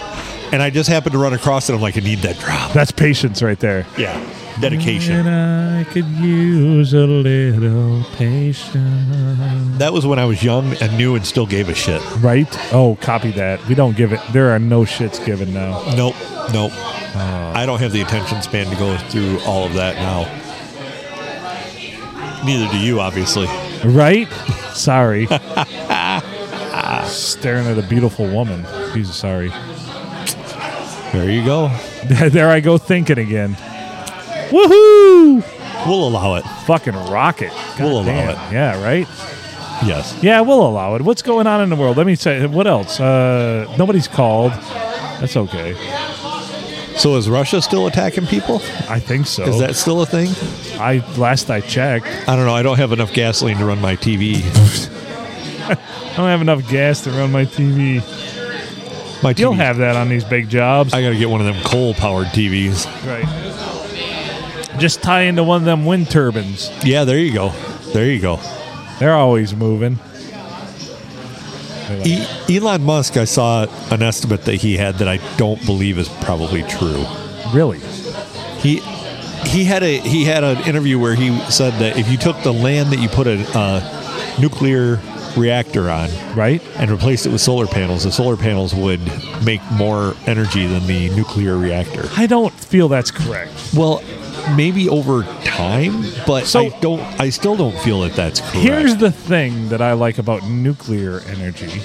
B: and I just happened to run across it. I'm like, I need that drop.
A: that's patience right there.
B: Yeah. Dedication.
A: I could use a little patience.
B: That was when I was young and new and still gave a shit.
A: Right? Oh, copy that. We don't give it. There are no shits given now.
B: Nope. Nope. I don't have the attention span to go through all of that now. Neither do you, obviously.
A: Right? Sorry. Staring at a beautiful woman. Jesus, sorry.
B: There you go.
A: there I go thinking again. Woohoo!
B: We'll allow it.
A: Fucking rocket. God
B: We'll allow
A: damn.
B: it.
A: Yeah, right?
B: Yes.
A: Yeah, we'll allow it. What's going on in the world? Let me say, what else? Uh, nobody's called. That's okay.
B: So is Russia still attacking people?
A: I think so.
B: Is that still a thing?
A: I last I checked, I
B: I don't know. I don't have enough gasoline to run my TV.
A: don't have enough gas to run my TV.
B: My TV.
A: You'll have that on these big jobs,
B: I gotta get one of them coal-powered TVs.
A: right? Just tie into one of them wind turbines.
B: Yeah, there you go. There you go.
A: They're always moving.
B: E- Elon Musk. I saw an estimate that he had that I don't believe is probably true.
A: Really?
B: He he had a he had an interview where he said that if you took the land that you put a uh, nuclear reactor on
A: Right?
B: and replaced it with solar panels, the solar panels would make more energy than the nuclear reactor.
A: I don't feel that's correct.
B: Well, maybe over time, but
A: So-
B: I don't. I still don't feel that that's correct.
A: Here's the thing that I like about nuclear energy.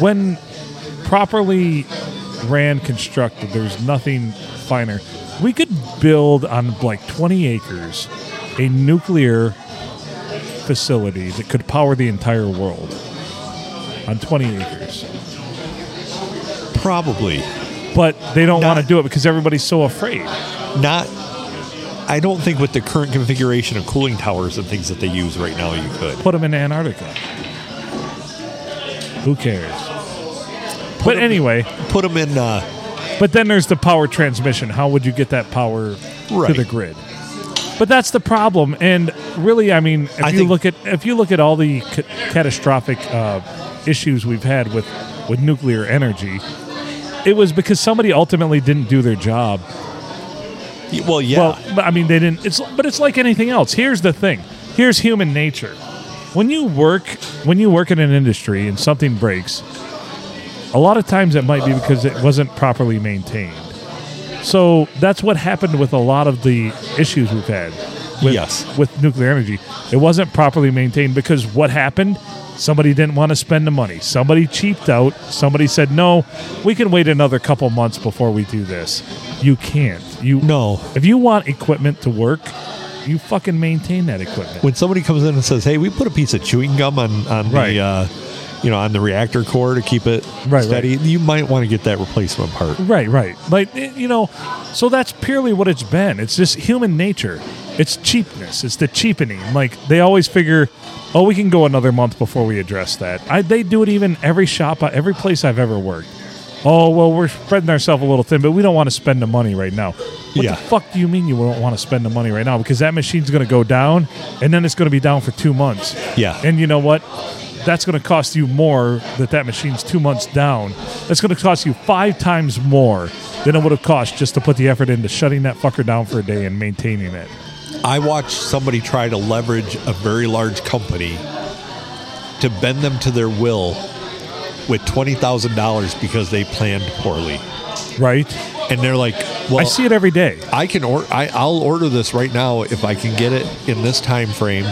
A: When properly ran constructed, there's nothing finer. We could build on like 20 acres a nuclear facility that could power the entire world on 20 acres.
B: probably
A: But they don't
B: Not-
A: want to do it because everybody's so afraid.
B: not. I don't think with the current configuration of cooling towers and things that they use right now, you could.
A: Put them in Antarctica. Who cares? But
B: 'em-
A: anyway,
B: Put them in. Uh,
A: But then there's the power transmission. How would you get that power to
B: Right.
A: the grid? But that's the problem, and really, I mean, if
B: I
A: you
B: think-
A: look at if you look at all the ca- catastrophic uh, issues we've had with with nuclear energy, it was because somebody ultimately didn't do their job.
B: Y- Well, yeah.
A: Well, but, I mean, they didn't. It's but it's like anything else. Here's the thing. Here's human nature. When you work when you work in an industry and something breaks, a lot of times it might be because it wasn't properly maintained. So that's what happened with a lot of the issues we've had. With,
B: Yes.
A: With nuclear energy, it wasn't properly maintained because what happened? Somebody didn't want to spend the money. Somebody cheaped out. Somebody said, "No, we can wait another couple months before we do this." You can't. You
B: No.
A: if you want equipment to work, you fucking maintain that equipment.
B: when somebody comes in and says, "Hey, we put a piece of chewing gum on on
A: Right.
B: the uh, you know on the reactor core to keep it
A: Right,
B: steady," you might want to get that replacement part.
A: right, right. Like eh, you know, so that's purely what it's been. It's just human nature. It's cheapness. It's the cheapening. Like they always figure, oh, we can go another month before we address that. I, they do it even every shop, I- every place I've ever worked. Oh well, we're spreading ourselves a little thin, but we don't want to spend the money right now. What
B: Yeah.
A: the fuck do you mean you don't want to spend the money right now? Because that machine's going to go down, and then it's going to be down for two months.
B: Yeah.
A: And you know what? That's going to cost you more that that machine's two months down. That's going to cost you five times more than it would have cost just to put the effort into shutting that fucker down for a day and maintaining it.
B: I watched somebody try to leverage a very large company to bend them to their will with twenty thousand dollars because they planned poorly,
A: Right?
B: and they're like, "Well,
A: I see it every day.
B: I can or- I, I'll order this right now if I can get it in this time frame."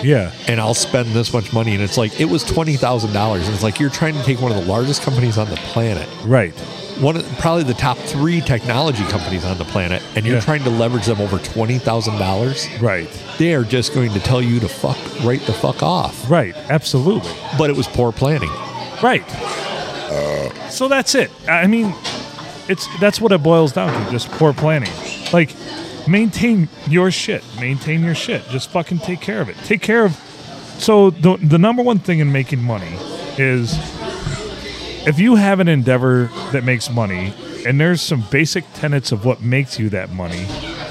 A: Yeah.
B: and I'll spend this much money. And it's like, it was $20,000. And it's like, you're trying to take one of the largest companies on the planet,
A: Right.
B: one of probably the top three technology companies on the planet, and you're
A: Yeah.
B: trying to leverage them over $20,000.
A: Right.
B: They are just going to tell you to fuck right the fuck off.
A: Right. Absolutely.
B: But it was poor planning.
A: Right. So that's it. I mean, it's that's what it boils down to. Just poor planning. Like, maintain your shit. Maintain your shit. Just fucking take care of it. Take care of. So the the number one thing in making money is if you have an endeavor that makes money and there's some basic tenets of what makes you that money,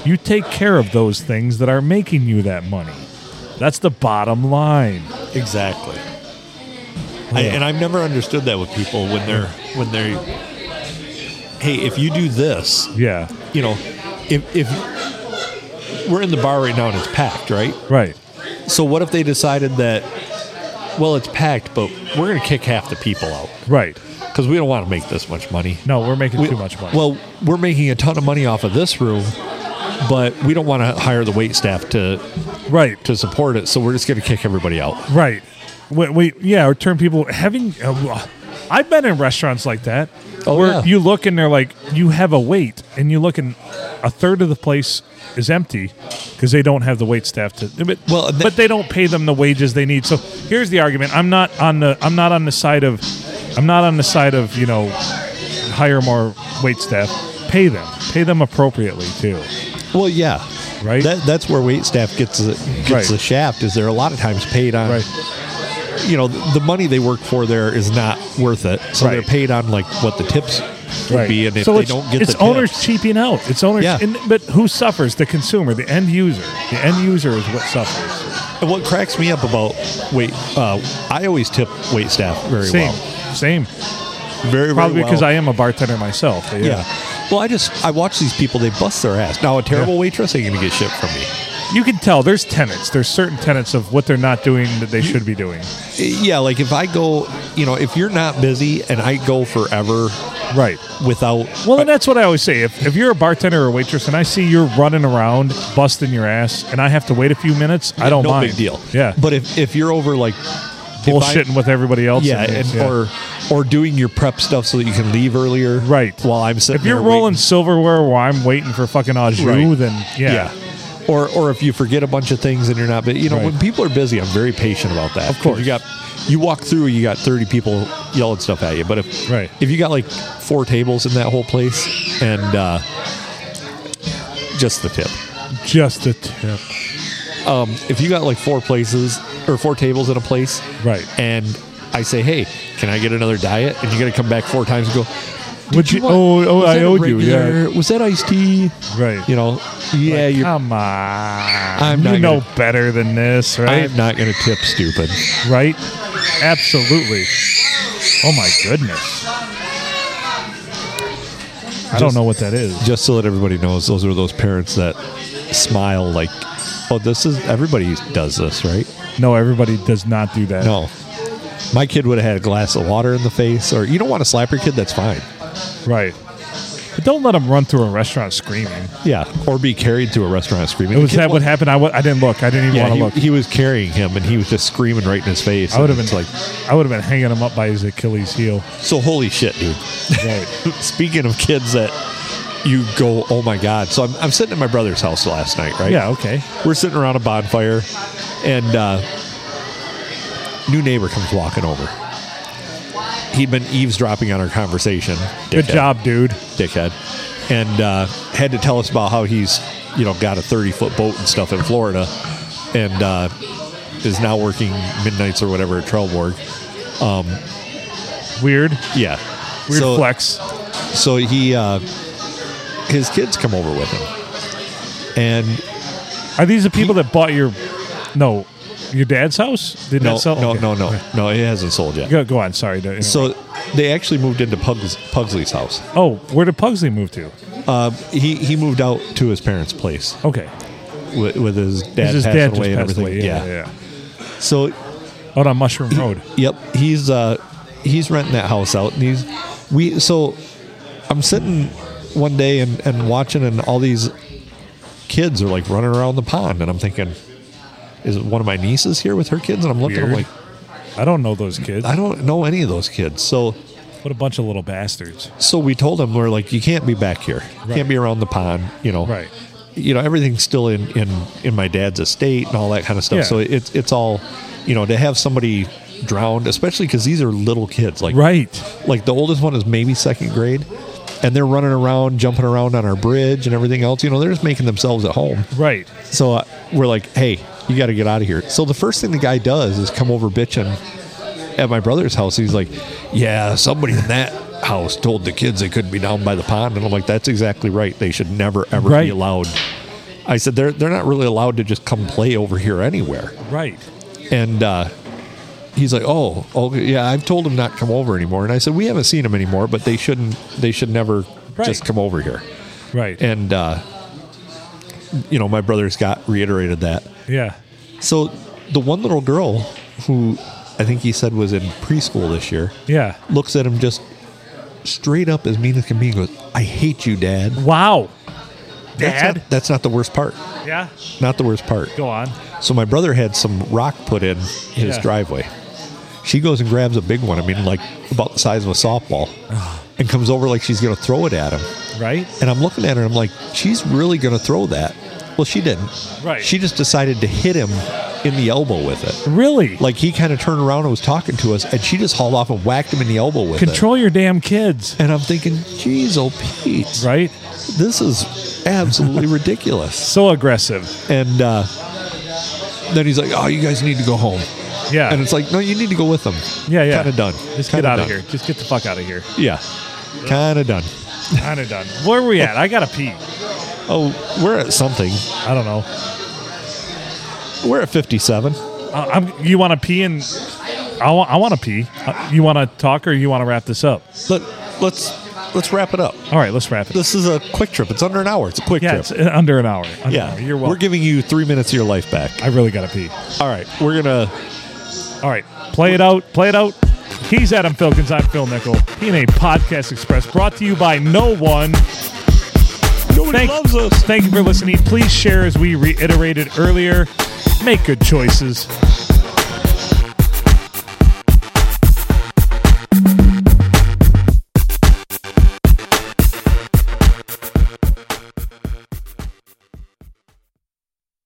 A: you take care of those things that are making you that money. That's the bottom line.
B: Exactly. I, and I've never understood that with people when they're, when they're, hey, if you do this,
A: Yeah.
B: you know, if, if we're in the bar right now and it's packed, right?
A: Right.
B: So what if they decided that, well, it's packed, but we're going to kick half the people out
A: Right.
B: because we don't want to make this much money.
A: No, we're making
B: We-
A: too much money.
B: Well, we're making a ton of money off of this room, but we don't want to hire the wait staff to
A: right.
B: to support it. So we're just going to kick everybody out.
A: Right. Wait, wait, yeah, or turn people having. Uh, I've been in restaurants like that
B: Oh,
A: where
B: yeah.
A: you look and they're like, you have a wait, and you look and a third of the place is empty because they don't have the wait staff to. But,
B: Well, and that-
A: but they don't pay them the wages they need. So here's the argument: I'm not on the I'm not on the side of I'm not on the side of you know hire more wait staff. Pay them, pay them appropriately too.
B: Well, yeah,
A: Right.
B: That, that's where wait staff gets the, gets
A: Right.
B: the shaft. Is they're a lot of times paid on.
A: Right.
B: You know, the money they work for there is not worth it. So
A: Right.
B: they're paid on like what the tips would be, and if they
A: it's,
B: don't get
A: it's
B: the
A: owners
B: tips,
A: cheaping out. It's owners,
B: Yeah.
A: and, but who suffers? The consumer, the end user. The end user is what suffers.
B: And what cracks me up about wait, uh, I always tip wait staff very
A: Same,
B: well,
A: same.
B: very
A: Probably
B: very well.
A: because I am a bartender myself. but
B: yeah. Well, I just I watch these people; they bust their ass. Now, a terrible waitress ain't gonna get shit from me.
A: you can tell there's tenets. There's certain tenets of what they're not doing that they should be doing.
B: Yeah, like if I go, you know, if you're not busy and I go forever
A: Right.
B: without,
A: Well, and that's what I always say. If, if you're a bartender or waitress and I see you're running around busting your ass and I have to wait a few minutes, I don't
B: no
A: mind.
B: big deal.
A: Yeah.
B: But if if you're over like
A: Bullshitting with everybody else.
B: yeah,
A: and-
B: and
A: yeah.
B: or or doing your prep stuff so that you can leave earlier,
A: Right.
B: While I'm sitting,
A: if you're
B: there
A: rolling
B: waiting.
A: silverware while I'm waiting for fucking au jus,
B: Right.
A: then
B: yeah. Or, or if you forget a bunch of things and you're not, bu- you know,
A: Right.
B: when people are busy, I'm very patient about that. Of
A: course.
B: you got, you walk through, you got 30 people yelling stuff at you. But if,
A: Right.
B: if you got like four tables in that whole place, and uh, just the tip,
A: just a tip.
B: um, if you got like four places or four tables in a place,
A: Right.
B: and I say, hey, can I get another diet? And you got to come back four times and go,
A: Would you- oh, oh,
B: was
A: I
B: that a
A: owed you, yeah.
B: regular- Was that iced tea?
A: Right.
B: You know, yeah,
A: Like,
B: you're.
A: Come on.
B: I'm
A: you
B: not
A: know
B: gonna-
A: better than this, right?
B: I'm not going to tip stupid.
A: right? Absolutely. Oh my goodness. I don't know what that is.
B: Just so that everybody knows, those are those parents that smile like, oh, this is everybody does this, right?
A: No, everybody does not do that.
B: No. My kid would have had a glass of water in the face, or you don't want to slap your kid, that's fine.
A: Right. But don't let them run through a restaurant screaming.
B: Yeah. Or be carried to a restaurant screaming.
A: It was
B: The kid
A: that what
B: wa-
A: happened. I w- I didn't look. I didn't even
B: Yeah,
A: want to
B: he,
A: look.
B: he was carrying him and he was just screaming right in his face.
A: I would have
B: and
A: been
B: it's
A: like, I would have been hanging him up by his Achilles heel.
B: so holy shit, dude.
A: Right.
B: Speaking of kids that you go, oh my God. So I'm, I'm sitting at my brother's house last night, right?
A: yeah. Okay.
B: We're sitting around a bonfire and uh, new neighbor comes walking over. He'd been eavesdropping on our conversation.
A: Good
B: Dickhead.
A: job, dude.
B: dickhead, and uh, had to tell us about how he's, you know, got a 30 foot boat and stuff in Florida, and uh, is now working midnights or whatever at Trelborg.
A: Weird.
B: Yeah,
A: Weird
B: so,
A: flex.
B: So he, uh, his kids come over with him, and
A: Are these the people that bought your? No, your dad's house did
B: no,
A: not sell.
B: no,
A: Okay.
B: no, no, no, it hasn't sold yet.
A: Go, go on. Sorry. to interrupt.
B: So they actually moved into Pugs, Pugsley's house.
A: oh, where did Pugsley move to?
B: Uh, he he moved out to his parents' place
A: Okay.
B: with, with his dad
A: Is his
B: passing
A: dad just
B: away and
A: passed
B: everything.
A: away?
B: yeah.
A: Yeah, yeah.
B: So
A: yeah. Out on Mushroom Road.
B: Yep, he's uh he's renting that house out, and he's we. So I'm sitting one day and and watching, and all these kids are like running around the pond, and I'm thinking, is it one of my nieces here with her kids? And I'm looking, I'm
A: Weird.
B: like,
A: I don't know those kids.
B: I don't know any of those kids. So
A: What a bunch of little bastards.
B: so we told him we're like, you can't be back here, you
A: Right.
B: can't be around the pond, you know,
A: Right.
B: You know, everything's still in in in my dad's estate and all that kind of stuff.
A: Yeah.
B: So it's it's all, you know, to have somebody drowned, especially because these are little kids, like
A: Right.
B: like the oldest one is maybe second grade and they're running around jumping around on our bridge and everything else you know they're just making themselves at home
A: Right.
B: so uh, we're like hey you got to get out of here so the first thing the guy does is come over bitching at my brother's house he's like yeah somebody in that house told the kids they couldn't be down by the pond and i'm like that's exactly right they should never ever
A: Right.
B: be allowed i said they're, they're not really allowed to just come play over here anywhere
A: Right.
B: and uh, he's like, "Oh, oh, yeah." I've told him not to come over anymore, and I said, "We haven't seen him anymore, but they shouldn't. They should never
A: Right.
B: just come over here."
A: Right.
B: And uh, you know, my brother's got reiterated that.
A: yeah.
B: So the one little girl who I think he said was in preschool this year
A: Yeah.
B: looks at him just straight up as mean as can be and goes, "I hate you, Dad."
A: Wow.
B: That's not-
A: Dad?
B: that's not the worst part.
A: Yeah.
B: Not the worst part.
A: Go on.
B: So my brother had some rock put in his
A: Yeah.
B: driveway. She goes and grabs a big one. I mean, like about the size of a softball, and comes over like she's going to throw it at him.
A: Right.
B: And I'm looking at her. and I'm like, she's really going to throw that. Well, she didn't.
A: Right.
B: She just decided to hit him in the elbow with it.
A: Really.
B: Like he kind of turned around and was talking to us, and she just hauled off and whacked him in the elbow with
A: Control your damn kids.
B: it. And I'm thinking, geez, oh Pete,
A: Right.
B: this is absolutely ridiculous.
A: So aggressive.
B: And uh, then he's like, "Oh, you guys need to go home."
A: Yeah.
B: And it's like, "No, you need to go with them."
A: yeah. Yeah.
B: Kind of done.
A: Just
B: Kinda
A: get out of
B: done.
A: here. Just get the fuck out of here.
B: Yeah. Kind of done.
A: Kind of done. Where are we at? I gotta pee.
B: Oh, we're at something.
A: I don't know.
B: We're at fifty-seven.
A: Uh, I'm, you want to pee and I want to pee. Uh, you want to talk or you want to wrap this up?
B: Let Let's let's wrap it up.
A: All right, let's wrap it.
B: This is a quick trip. It's under an hour. It's a quick
A: yeah,
B: trip.
A: it's uh, under an hour. Under an
B: yeah.
A: hour. you're
B: We're
A: welcome.
B: giving you three minutes of your life back.
A: I really gotta pee.
B: All right. We're gonna.
A: All right, play it out. Play it out. He's Adam Filkins. I'm Phil Nickel. PNA Podcast Express brought to you by no one.
B: Nobody
A: Thank-
B: loves us.
A: Thank you for listening. Please share as we reiterated earlier. Make good choices.